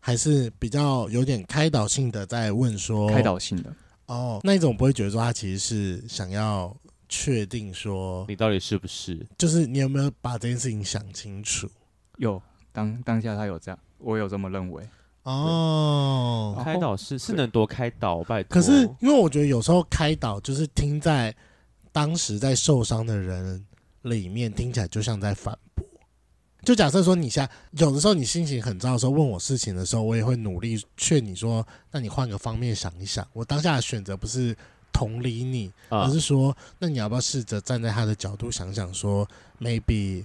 Speaker 2: 还是比较有点开导性的在问说
Speaker 3: 开导性的，
Speaker 2: 哦，那一种不会觉得说他其实是想要确定说，
Speaker 1: 你到底是不是？
Speaker 2: 就是你有没有把这件事情想清楚
Speaker 3: 有当当下他有这样，我有这么认为，
Speaker 2: 哦
Speaker 3: 然。后
Speaker 1: 开导是是能多开导，拜托。
Speaker 2: 可是因为我觉得有时候开导就是听在当时在受伤的人里面听起来就像在反驳。就假设说你现在有的时候你心情很糟的时候问我事情的时候，我也会努力劝你说，那你换个方面想一想。我当下的选择不是同理你，
Speaker 1: 啊
Speaker 2: 而是说，那你要不要试着站在他的角度想想说，maybe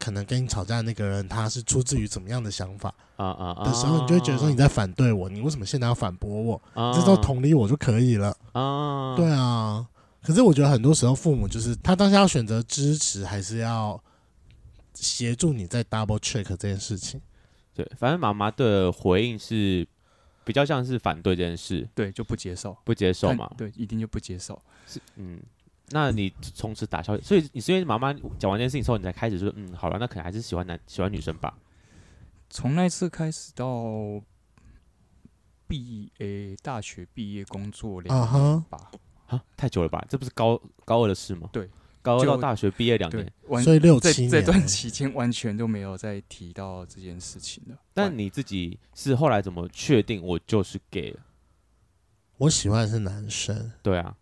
Speaker 2: 可能跟你吵架的那个人他是出自于怎么样的想法
Speaker 1: 啊啊啊
Speaker 2: 的时候，你就会觉得说你在反对我，你为什么现在要反驳我？
Speaker 1: 啊
Speaker 2: 这都同理我就可以了。
Speaker 1: 啊，
Speaker 2: 对啊，可是我觉得很多时候父母就是他当下要选择支持，还是要协助你在 double check 这件事情。
Speaker 1: 对，反正妈妈的回应是比较像是反对这件事，
Speaker 3: 对，就不接受，
Speaker 1: 不接受
Speaker 3: 但
Speaker 1: 嘛。
Speaker 3: 对，一定就不接受。
Speaker 1: 嗯，那你从此打消，所以你是因为妈妈讲完这件事情之后，你才开始说，嗯，好了，那可能还是喜欢男喜欢女生吧。
Speaker 3: 从那次开始到毕诶、大学毕业工作两
Speaker 2: 啊
Speaker 3: 年
Speaker 2: 哈，
Speaker 3: 吧，
Speaker 1: 啊，太久了吧？这不是高高二的事吗？
Speaker 3: 对，
Speaker 1: 高二
Speaker 3: 就
Speaker 1: 到大学毕业两
Speaker 3: 对
Speaker 1: 年。，
Speaker 3: 完
Speaker 2: 所以六
Speaker 3: 这
Speaker 2: 七
Speaker 3: 这
Speaker 2: 年
Speaker 3: 段期间完全都没有再提到这件事情了。
Speaker 1: 但你自己是后来怎么确定我就是 gay？了
Speaker 2: 我喜欢的是男生，
Speaker 1: 对啊，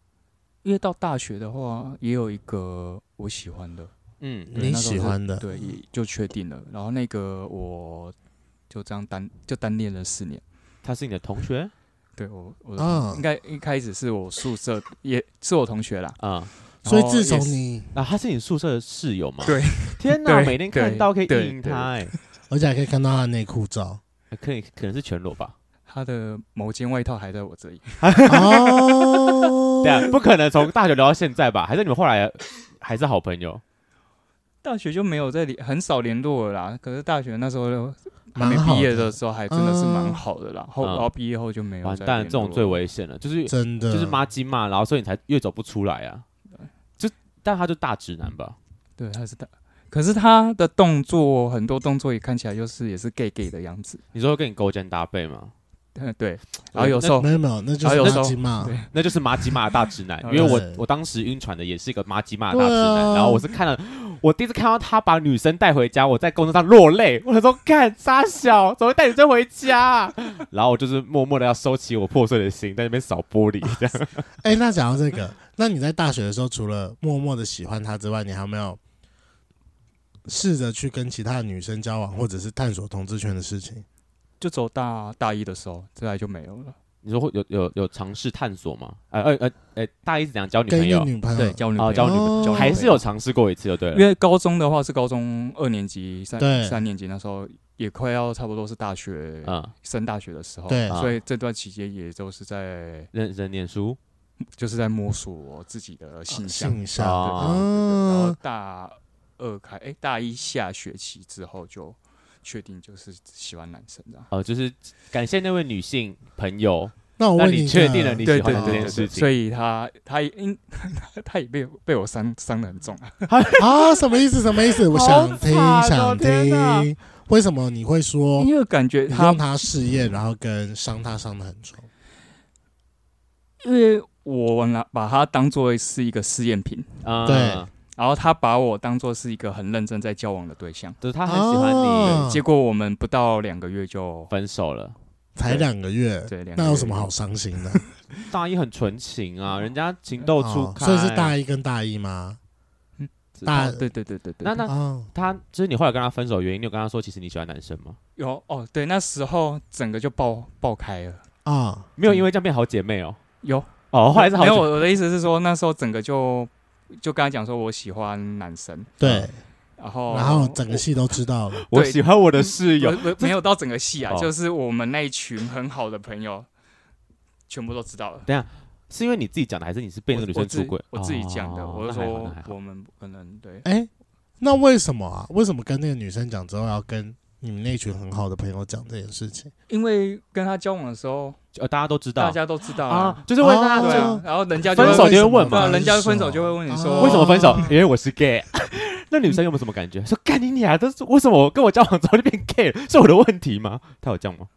Speaker 3: 因为到大学的话，也有一个我喜欢的，
Speaker 1: 嗯，
Speaker 3: 对
Speaker 2: 你
Speaker 3: 那时候
Speaker 2: 喜
Speaker 3: 是
Speaker 2: 欢的，
Speaker 3: 对，也就确定了。然后那个我就这样单就单恋了四年。
Speaker 1: 他是你的同学
Speaker 3: 对我我的
Speaker 2: 啊
Speaker 3: 应，该一开始是我宿舍也是我同学啦，
Speaker 1: 啊，
Speaker 2: 所以
Speaker 3: 然后
Speaker 2: 自从
Speaker 3: 也是
Speaker 2: 你，
Speaker 1: 啊，他是你宿舍的室友吗？
Speaker 3: 对，
Speaker 1: 天哪，
Speaker 3: 对
Speaker 1: 每天看
Speaker 3: 对
Speaker 1: 到可以
Speaker 3: 对
Speaker 1: 意淫
Speaker 3: 对
Speaker 1: 他，哎，
Speaker 2: 而且还可以看到他的内裤照
Speaker 1: 可以可能是全裸吧？
Speaker 3: 他的某件外套还在我这里，
Speaker 2: 哦
Speaker 1: 对，啊，不可能从大学聊到现在吧？还是你们后来还是好朋友？
Speaker 3: 大学就没有在联很少联络了啦。可是大学那时候就还
Speaker 2: 蛮
Speaker 3: 没
Speaker 2: 好
Speaker 3: 毕业
Speaker 2: 的
Speaker 3: 的，时候还真的是蛮
Speaker 2: 嗯
Speaker 3: 好的啦，后
Speaker 1: 嗯
Speaker 3: 然后毕业后就没有
Speaker 1: 完
Speaker 3: 再
Speaker 1: 蛋，
Speaker 3: 联
Speaker 1: 这种
Speaker 3: 络
Speaker 1: 最
Speaker 3: 了
Speaker 1: 危险了，就是
Speaker 2: 真的
Speaker 1: 就是妈鸡骂，然后所以你才越走不出来啊。就但他就大直男吧？
Speaker 3: 对，他是大，可是他的动作很多动作也看起来就是也是 gay gay 的样子，
Speaker 1: 你说跟你勾肩搭背吗？
Speaker 3: 嗯对，
Speaker 1: 那
Speaker 3: 然后有时候
Speaker 2: 没有没有，那就
Speaker 3: 还
Speaker 2: 是
Speaker 3: 有
Speaker 2: 垃
Speaker 3: 时候
Speaker 2: 圾嘛。
Speaker 3: 对，
Speaker 1: 那就是妈吉玛的大直男 因为我
Speaker 2: 对
Speaker 1: 我当时晕船的也是一个妈吉玛的大直男，
Speaker 2: 对啊
Speaker 1: 然后我是看了，我第一次看到他把女生带回家，我在公车上落泪，我想说干傻小，怎么会带女生回家 啊、然后我就是默默的要收起我破碎的心，在那边扫玻璃这 样。
Speaker 2: 哎、那讲到这个，那你在大学的时候，除了默默的喜欢他之外，你还有没有试着去跟其他的女生交往，或者是探索同志圈的事情？
Speaker 3: 就走大大一的时候，再来就没有了，
Speaker 1: 你说会有有有尝试探索吗？呃呃呃呃，大一是怎样交女
Speaker 2: 跟
Speaker 1: 朋
Speaker 2: 一个
Speaker 1: 友？
Speaker 2: 女朋友，
Speaker 3: 对，交女朋
Speaker 1: 哦
Speaker 3: 友，
Speaker 1: 交女
Speaker 2: 朋友
Speaker 3: 交女
Speaker 1: 还
Speaker 3: 朋
Speaker 1: 是
Speaker 3: 友
Speaker 1: 有，尝试过一次就对
Speaker 3: 嗯因
Speaker 1: 了。
Speaker 3: 为高中的话是高中二年级、三
Speaker 2: 对
Speaker 3: 三年级那时候也快要差不多是大学、
Speaker 1: 嗯，
Speaker 3: 升大学的时候，
Speaker 1: 啊
Speaker 2: 对
Speaker 3: 所以这段期间也都是在
Speaker 1: 认认念书
Speaker 3: 就是在摸索我自己的性向，
Speaker 2: 性向
Speaker 1: 哦
Speaker 3: 对然后
Speaker 2: 嗯，
Speaker 3: 大二开，哎、大一下学期之后就确定就是喜欢男生的。
Speaker 1: 哦，就是感谢那位女性朋友，
Speaker 2: 那我
Speaker 1: 那
Speaker 2: 哦问
Speaker 1: 你
Speaker 2: 一
Speaker 1: 确
Speaker 2: 个
Speaker 1: 定了 你喜
Speaker 3: 对
Speaker 1: 欢
Speaker 3: 对
Speaker 1: 的这
Speaker 3: 对
Speaker 1: 件
Speaker 3: 对
Speaker 1: 事
Speaker 3: 对，
Speaker 1: 情
Speaker 3: 所？以他他也因 他也被被我伤伤的很重啊。
Speaker 2: 啊？什么意思？什么意思？我
Speaker 1: 好
Speaker 2: 想听，
Speaker 1: 惨哦
Speaker 2: 想
Speaker 1: 天哪
Speaker 2: 听。为什么你会说
Speaker 3: 因为感觉
Speaker 2: 你
Speaker 3: 他
Speaker 2: 用，他试验，然后跟伤他伤的很重？
Speaker 3: 因为我拿把他当做是一个试验品，
Speaker 1: 啊
Speaker 2: 对，
Speaker 3: 然后他把我当做是一个很认真在交往的对象。
Speaker 1: 就是他很喜欢你，
Speaker 2: 啊
Speaker 3: 结果我们不到两个月就
Speaker 1: 分手了。
Speaker 2: 才两个月，
Speaker 3: 对两个
Speaker 2: 呃那有
Speaker 3: 月
Speaker 2: 什么好伤心 的？
Speaker 1: 大一很纯情啊，人家情窦初
Speaker 2: 哦
Speaker 1: 开，
Speaker 2: 所以是大一跟大一吗？大
Speaker 3: 哦对对对对对，
Speaker 1: 那那
Speaker 2: 哦，
Speaker 1: 他就是你后来跟他分手的原因，你有跟他说其实你喜欢男生
Speaker 2: 嗯
Speaker 1: 吗？
Speaker 3: 有哦，对，那时候整个就爆爆开了。
Speaker 2: 啊，
Speaker 1: 没有，因为这样变好姐妹哦。
Speaker 3: 有
Speaker 1: 哦，后来是好
Speaker 3: 没
Speaker 1: 姐
Speaker 3: 有，
Speaker 1: 妹
Speaker 3: 我的意思是说，那时候整个就就跟他讲说我喜欢男生，
Speaker 2: 对，
Speaker 3: 然后
Speaker 2: 然后整个系都知道了。
Speaker 1: 我喜欢我的室
Speaker 3: 有
Speaker 1: 友，
Speaker 3: 没有到整个系啊，
Speaker 1: 哦
Speaker 3: 就是我们那一群很好的朋友，全部都知道了。
Speaker 1: 是因为你自己讲的，还是你是被那个女
Speaker 3: 我
Speaker 1: 生出轨？
Speaker 3: 我自己我自己讲的，
Speaker 1: 哦
Speaker 3: 我
Speaker 1: 那
Speaker 3: 就
Speaker 1: 还好那
Speaker 3: 说
Speaker 1: 还好
Speaker 3: 我们不可能对，
Speaker 2: 哎、那为什么啊？为什么跟那个女生讲之后，要跟你们那群很好的朋友讲这件事情？
Speaker 3: 因为跟他交往的时候，
Speaker 1: 呃，大家都知道
Speaker 3: 哦大家都知道啊
Speaker 1: 啊，，就是问
Speaker 2: 哦
Speaker 1: 他
Speaker 3: 对
Speaker 1: 就
Speaker 3: 啊，然后人家就
Speaker 1: 分手
Speaker 3: 会
Speaker 1: 就会问嘛
Speaker 3: 对啊人家分手就会问你
Speaker 2: 哦
Speaker 3: 说
Speaker 1: 为什么分手？因
Speaker 2: 为
Speaker 1: 为我是 gay。那 女生有没有什么感觉？说干你娘！这是为什么我跟我交往之后就变 gay 了？是我的问题吗？他有这样吗？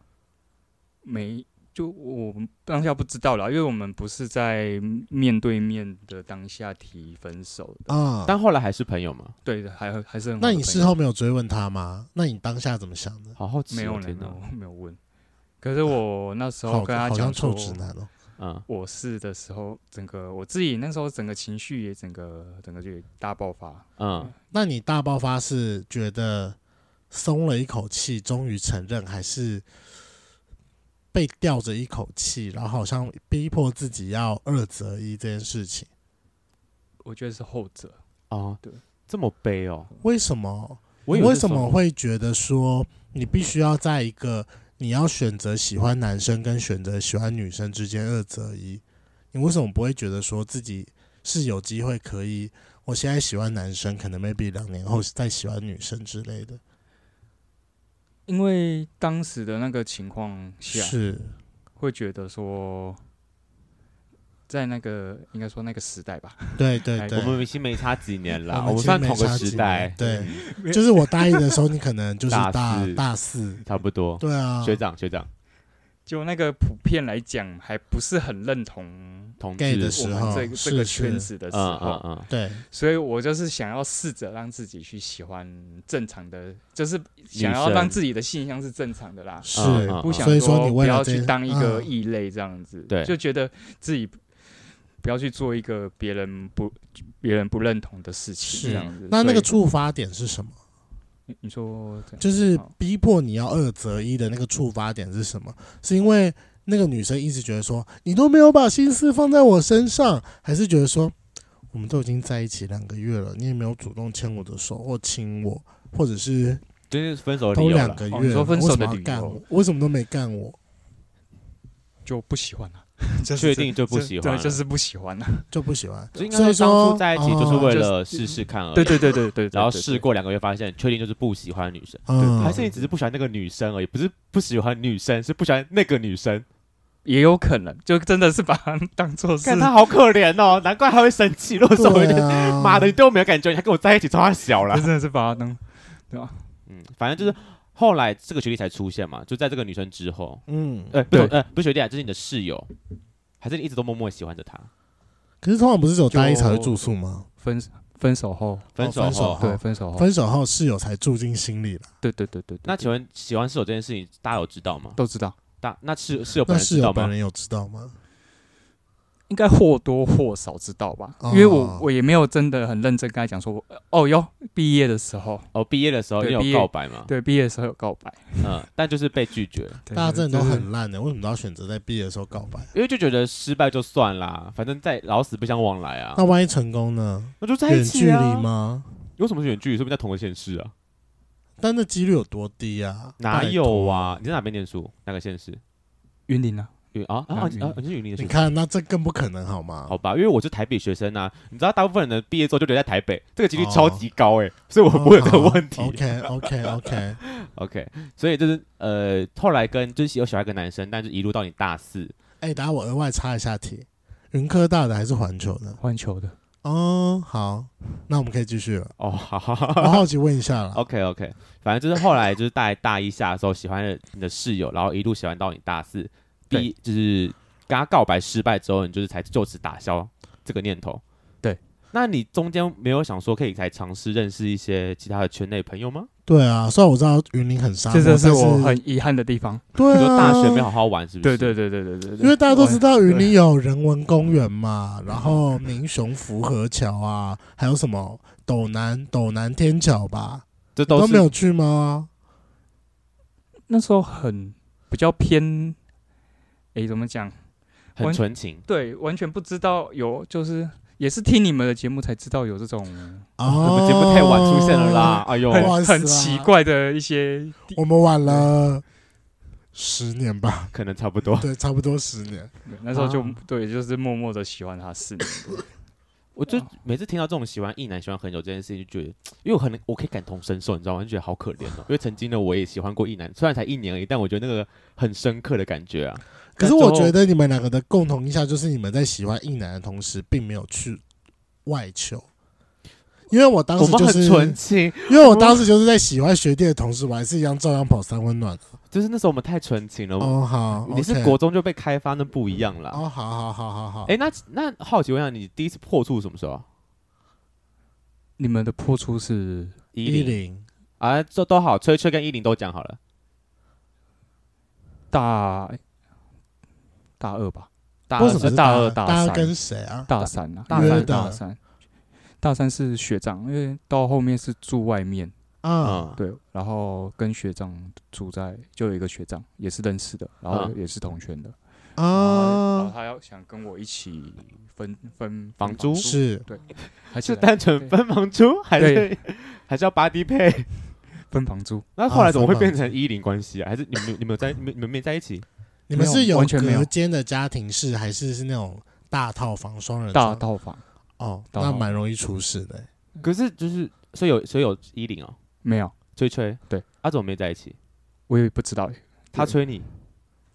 Speaker 3: 没。就我们当下不知道啦，因为我们不是在面对面的当下提分手的，
Speaker 2: 啊、
Speaker 1: 但后来还是朋友吗？
Speaker 3: 对的，还还是很好
Speaker 2: 那
Speaker 3: 的
Speaker 2: 你
Speaker 3: 朋
Speaker 2: 事
Speaker 3: 友
Speaker 2: 后没有追问他吗？那你当下怎么想的？
Speaker 1: 好好奇哦，
Speaker 3: 没有呢，
Speaker 1: 天
Speaker 3: 没
Speaker 1: 哪
Speaker 3: 有没有问。可是我那时候
Speaker 2: 好，
Speaker 3: 跟他
Speaker 2: 好像
Speaker 3: 讲说
Speaker 2: 臭，直男哦。
Speaker 1: 嗯，
Speaker 3: 我是的时候，整个我自己那时候整个情绪也整个整个就大爆发。
Speaker 1: 嗯，
Speaker 2: 那你大爆发是觉得松了一口气，终于承认，还是被吊着一口气，然后好像逼迫自己要二择一这件事情？
Speaker 3: 我觉得是后者，
Speaker 1: 哦，
Speaker 3: 对，
Speaker 1: 这么悲哦，
Speaker 2: 为什么？
Speaker 1: 我
Speaker 2: 你
Speaker 1: 以为
Speaker 2: 为
Speaker 1: 是
Speaker 2: 什么
Speaker 1: 双
Speaker 2: 会觉得说你必须要在一个你要选择喜欢男生跟选择喜欢女生之间二择一？你为什么不会觉得说自己是有机会可以？我现在喜欢男生，可能 maybe 两年后再喜欢女生之类的，
Speaker 3: 因为当时的那个情况
Speaker 1: 啊
Speaker 3: 下，
Speaker 2: 是
Speaker 3: 会觉得说，在那个应该说那个时代吧，
Speaker 2: 对对
Speaker 3: 哎
Speaker 2: 对
Speaker 1: 我。们已经没差几年了，我们
Speaker 2: 们其实
Speaker 1: 算
Speaker 2: 没
Speaker 1: 同个
Speaker 2: 差
Speaker 1: 时
Speaker 2: 几
Speaker 1: 代嗯
Speaker 2: 年，对，就是我大一的时候，你可能就是
Speaker 1: 大
Speaker 2: 大
Speaker 1: 四
Speaker 2: 大四，
Speaker 1: 差不多。
Speaker 2: 对啊，
Speaker 1: 学长学长，
Speaker 3: 就那个普遍来讲还不是很认同
Speaker 1: 同
Speaker 2: gay
Speaker 1: 志
Speaker 2: 的
Speaker 3: 我
Speaker 2: 时
Speaker 3: 们
Speaker 2: 候
Speaker 3: 这个
Speaker 2: 是
Speaker 3: 这个
Speaker 2: 是
Speaker 3: 圈子的时
Speaker 1: 嗯
Speaker 3: 候
Speaker 1: 嗯，嗯，
Speaker 2: 对，
Speaker 3: 所以我就是想要试着让自己去喜欢正常的，就是想要
Speaker 1: 生
Speaker 3: 让自己的性向是正常的啦，
Speaker 2: 是
Speaker 1: 嗯嗯
Speaker 3: 不想
Speaker 2: 所以说你
Speaker 3: 不
Speaker 2: 为了
Speaker 3: 要
Speaker 2: 这
Speaker 3: 去当一个
Speaker 2: 嗯
Speaker 3: 异类这样子，
Speaker 1: 对
Speaker 3: 就觉得自己不要去做一个别人不别人不认同的事
Speaker 2: 是
Speaker 3: 情这样子。
Speaker 2: 那那
Speaker 3: 所以
Speaker 2: 个触发点是什么？
Speaker 3: 你你说这样哦
Speaker 2: 就是
Speaker 1: 哦
Speaker 3: 好
Speaker 2: 逼迫你要二择一的那个触发点是什么？是因为那个女生一直觉得说你都没有把心思放在我身上，还是觉得说我们都已经在一起两个月了，你也没有主动牵我的手或亲我，或者是
Speaker 1: 就是分手的理
Speaker 2: 都
Speaker 1: 由
Speaker 2: 两
Speaker 1: 了。
Speaker 2: 个
Speaker 3: 哦
Speaker 2: 月
Speaker 3: 你
Speaker 2: 了，
Speaker 3: 说分
Speaker 2: 为
Speaker 3: 手
Speaker 2: 什
Speaker 3: 的
Speaker 2: 么要
Speaker 3: 理
Speaker 2: 干
Speaker 3: 由
Speaker 2: 我？为什么都没干我？
Speaker 3: 就不喜欢
Speaker 2: 啊
Speaker 3: 了，
Speaker 1: 确定就不喜欢
Speaker 3: 对，
Speaker 1: 了
Speaker 3: 就是不喜欢了。啊
Speaker 2: 就不喜欢，
Speaker 1: 就应
Speaker 2: 所
Speaker 1: 该
Speaker 2: 以
Speaker 1: 说
Speaker 2: 说
Speaker 1: 当初在一起就是为
Speaker 3: 哦
Speaker 1: 了试试看而已。
Speaker 3: 对对对对对，
Speaker 1: 然后
Speaker 3: 对
Speaker 1: 试，过两个月，发现确定就是不喜欢女生，
Speaker 2: 嗯，
Speaker 1: 还是你只是不喜欢那个女生而已，不是不喜欢女生，是不喜欢那个女生。
Speaker 3: 对也有可能，就真的是把它当做是
Speaker 1: 看她好可怜哦，难怪她会生气。如果说我一
Speaker 2: 对
Speaker 1: 天
Speaker 2: 啊，
Speaker 1: 妈的，你对我没有感觉，你还跟我在一起，超小了
Speaker 3: 真。的是把它当对吧？
Speaker 1: 嗯，反正就是后来这个学弟才出现嘛，就在这个女生之后，
Speaker 2: 嗯，
Speaker 1: 呃，不是，
Speaker 3: 对
Speaker 1: 呃，不是学弟啊，就是你的室友，还是你一直都默默喜欢着她？
Speaker 2: 可是通常不是只有大一才会
Speaker 3: 就
Speaker 2: 住宿吗？
Speaker 3: 分分手后，
Speaker 1: 分手
Speaker 2: 分手
Speaker 1: 后
Speaker 2: 后，
Speaker 3: 对，分手
Speaker 1: 哦
Speaker 3: 后，
Speaker 2: 分手后室友才住进心里了，
Speaker 3: 对对对对对，
Speaker 1: 那
Speaker 3: 对
Speaker 1: 请问喜欢室友这件事情，大家有知道吗？
Speaker 3: 都知道，
Speaker 1: 大那室室友本
Speaker 2: 那
Speaker 1: 人
Speaker 2: 室
Speaker 1: 知
Speaker 2: 友
Speaker 1: 道
Speaker 2: 本
Speaker 1: 吗？
Speaker 2: 人有知道吗？
Speaker 3: 应该或多或少知道吧？
Speaker 2: 哦
Speaker 3: 因为我我也没有真的很认真跟他讲说我，哦哟，毕业的时候，
Speaker 1: 哦，毕业的时候
Speaker 3: 对
Speaker 1: 你有
Speaker 3: 毕业
Speaker 1: 告白吗？
Speaker 3: 对，毕业的时候有告白，
Speaker 1: 嗯，但就是被拒绝，
Speaker 2: 大家真的都
Speaker 3: 就是
Speaker 2: 很烂欸的，为什么都要选择在毕业的时候告白？
Speaker 1: 因为就觉得失败就算啦，反正再老死不相往来啊
Speaker 2: 那，万一成功呢？
Speaker 1: 那就在一
Speaker 2: 远距
Speaker 1: 起啊
Speaker 2: 离。吗？
Speaker 1: 有什么是远距离？说不定在同个县市啊？
Speaker 2: 但那几率有多低啊？
Speaker 1: 哪有啊？你在哪边念书？哪个县市？
Speaker 3: 云林啊，
Speaker 1: 云啊啊啊
Speaker 3: 啊云！
Speaker 1: 啊你是云林的学
Speaker 2: 拜托？你
Speaker 1: 生？
Speaker 2: 看，那这更不可能好吗？
Speaker 1: 好吧，因为我是台北学生啊，你知道大部分人的毕业之后就留在台北，这个几率
Speaker 2: 哦
Speaker 1: 超级高哎、所以我不会有这个问题。
Speaker 2: OK OK OK，
Speaker 1: OK，所以就是呃，后来跟就是有喜欢一个男生，但是一路到你大四，
Speaker 2: 哎，等下我额外插一下题，云科大的还是环球的？
Speaker 3: 环球的，
Speaker 2: 哦，好，那我们可以继续了。
Speaker 1: 哦，好好
Speaker 2: 我
Speaker 1: 好
Speaker 2: 好奇问一下了，
Speaker 1: ，OK OK，反正就是后来就是大概大一下的时候喜欢了你的室友，然后一路喜欢到你大四，
Speaker 3: 对
Speaker 1: 第一就是跟他告白失败之后，你就是才就此打消这个念头。
Speaker 3: 对，
Speaker 1: 那你中间没有想说可以来尝试认识一些其他的圈内朋友吗？
Speaker 2: 对啊，虽然我知道云林很沙
Speaker 3: 这
Speaker 2: 漠，
Speaker 3: 真
Speaker 2: 但
Speaker 3: 是
Speaker 2: 是
Speaker 3: 我很遗憾的地方。
Speaker 2: 对
Speaker 1: 你
Speaker 2: 啊，
Speaker 1: 说大学没好好玩是不
Speaker 3: 对
Speaker 1: 是？
Speaker 3: 对对对对对，对
Speaker 2: 因为大家都知，道云林有人文公园嘛，然后民雄福和桥啊，还有什么斗南斗南天桥吧，
Speaker 1: 这
Speaker 2: 都
Speaker 1: 都
Speaker 2: 没
Speaker 1: 是
Speaker 2: 有去吗？
Speaker 3: 我那时候很比较偏，诶，怎么讲？
Speaker 1: 很
Speaker 3: 完
Speaker 1: 纯情。
Speaker 3: 对，完全不知道有，就是也是听你们的节目才知道有这种
Speaker 1: 啊我
Speaker 2: 哦，
Speaker 1: 们节目太晚出现了啦，，哎呦，
Speaker 2: 不好意
Speaker 3: 很
Speaker 2: 思啊
Speaker 3: 很奇怪的一些地
Speaker 2: 我们晚了十年吧，
Speaker 1: 可能差不多。
Speaker 2: 对，差不多十 年。
Speaker 3: 对那时候就、
Speaker 1: 啊
Speaker 3: 对，就是默默的喜欢他四年。
Speaker 1: 我就
Speaker 2: 嗯
Speaker 3: 哦
Speaker 1: 每次听到这种喜欢一男喜欢很久这件事情，就觉得，因为我可能我可以感同身受，你知道吗？就觉得好可怜哦。因为曾经的我也喜欢过一男，虽然才一年而已，但我觉得那个很深刻的感觉啊。
Speaker 2: 可是我觉得你们两个的共同印象就是你们在喜欢一男的同时，并没有去外求。因为我当
Speaker 1: 我
Speaker 2: 时
Speaker 1: 们
Speaker 2: 啊就
Speaker 1: 很
Speaker 2: 是，
Speaker 1: 纯情，
Speaker 2: 因为我当时就是在喜欢学弟的同时，我还是一样照样跑三温暖。
Speaker 1: 就是那时候我们太纯情了。
Speaker 2: 哦，好，
Speaker 1: 你是
Speaker 2: OK
Speaker 1: 国中就被开发，那不一样啦。
Speaker 2: 哦，好好好好好。
Speaker 1: 哎、那那好奇问一下，你第一次破处什么时候啊？
Speaker 3: 你们的破处是
Speaker 1: 一
Speaker 2: 一零
Speaker 1: 啊，这都好，吹吹跟一零都讲好了。
Speaker 3: 大大二吧？
Speaker 1: 大
Speaker 2: 为什么是
Speaker 3: 大二
Speaker 2: 大
Speaker 3: 啊大
Speaker 2: 二
Speaker 3: 三
Speaker 2: 跟谁啊？
Speaker 3: 大三啊，
Speaker 2: 大
Speaker 3: 因为
Speaker 2: 约的
Speaker 3: 大三，大三是学长，因为到后面是住外面，
Speaker 2: 啊，
Speaker 1: 嗯，
Speaker 3: 对，然后跟学长住在，就有一个学长也是认识的，然后
Speaker 1: 嗯
Speaker 3: 也是同圈的，然后
Speaker 2: 啊，
Speaker 3: 他要想跟我一起分分
Speaker 1: 房
Speaker 3: 分
Speaker 1: 租
Speaker 2: 是
Speaker 3: 还是
Speaker 1: 是单纯分房租，还是还是要 body pay？
Speaker 3: 分房租，
Speaker 1: 那后来怎么会
Speaker 2: 啊
Speaker 1: 变成一零关系啊？还是你们你们有在你们你们没在一起？
Speaker 2: 你们是
Speaker 3: 没有完全没有
Speaker 2: 隔间的家庭式，还是是那种大套房双人
Speaker 3: 大
Speaker 2: 床？
Speaker 3: 套房
Speaker 2: 哦，
Speaker 3: 大
Speaker 2: 那
Speaker 3: 套
Speaker 2: 蛮容易出事的欸、
Speaker 3: 嗯
Speaker 1: 可是就是所以有所以有一零哦，
Speaker 3: 没有，
Speaker 1: 吹吹
Speaker 3: 对，
Speaker 1: 阿怎么没在一起？
Speaker 3: 我也不知道欸，
Speaker 1: 他
Speaker 3: 对
Speaker 1: 催你，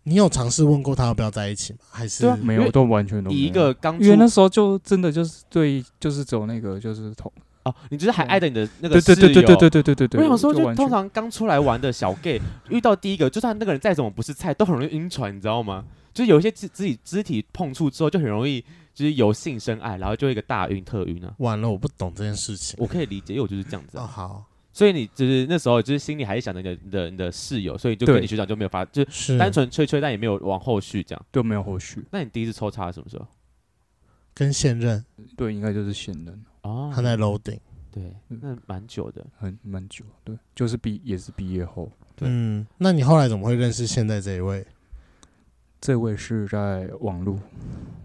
Speaker 2: 你有尝试问过他要不要在一起吗？还是
Speaker 1: 对啊
Speaker 3: 没
Speaker 1: 因
Speaker 3: 有，
Speaker 1: 为
Speaker 3: 都完全都没
Speaker 1: 以
Speaker 3: 有
Speaker 1: 一个刚
Speaker 3: 因
Speaker 1: 出
Speaker 3: 为那时候就真的就是对，就是走那个就是同，
Speaker 1: 哦，你就是还爱着你的那
Speaker 3: 对
Speaker 1: 个
Speaker 3: 对对对对
Speaker 1: 对。
Speaker 3: 对对对对对，
Speaker 1: 我想说，就
Speaker 3: 完
Speaker 1: 通
Speaker 3: 全
Speaker 1: 常刚出来玩的小 gay 遇到第一个，就算那个人再怎么不是菜，都很容易晕船，你知道吗？就是有一些肢自己肢体碰触之后，就很容易就是由性生爱，然后就一个大晕特晕啊。
Speaker 2: 完了，我不懂这件事情。
Speaker 1: 我可以理解，因为我就是这样子、
Speaker 2: 哦，
Speaker 1: 啊。
Speaker 2: 好，
Speaker 1: 所以你就是那时候就是心里还是想着你的你的你的室友，所以就跟
Speaker 3: 对
Speaker 1: 你学长就没有发，就是
Speaker 2: 是
Speaker 1: 单纯吹吹，但也没有往后续这样。
Speaker 3: 就没有后续，
Speaker 1: 那你第一次抽查什么时候？
Speaker 2: 跟现任
Speaker 3: 对，应该就是现任，
Speaker 1: 哦，
Speaker 2: 他在楼顶。
Speaker 1: 对，
Speaker 3: 嗯
Speaker 1: 那蛮久的。
Speaker 3: 很蛮久，对，就是毕也是毕业后，
Speaker 1: 对
Speaker 2: 嗯，那你后来怎么会认识现在这一位？
Speaker 3: 这位是在网络，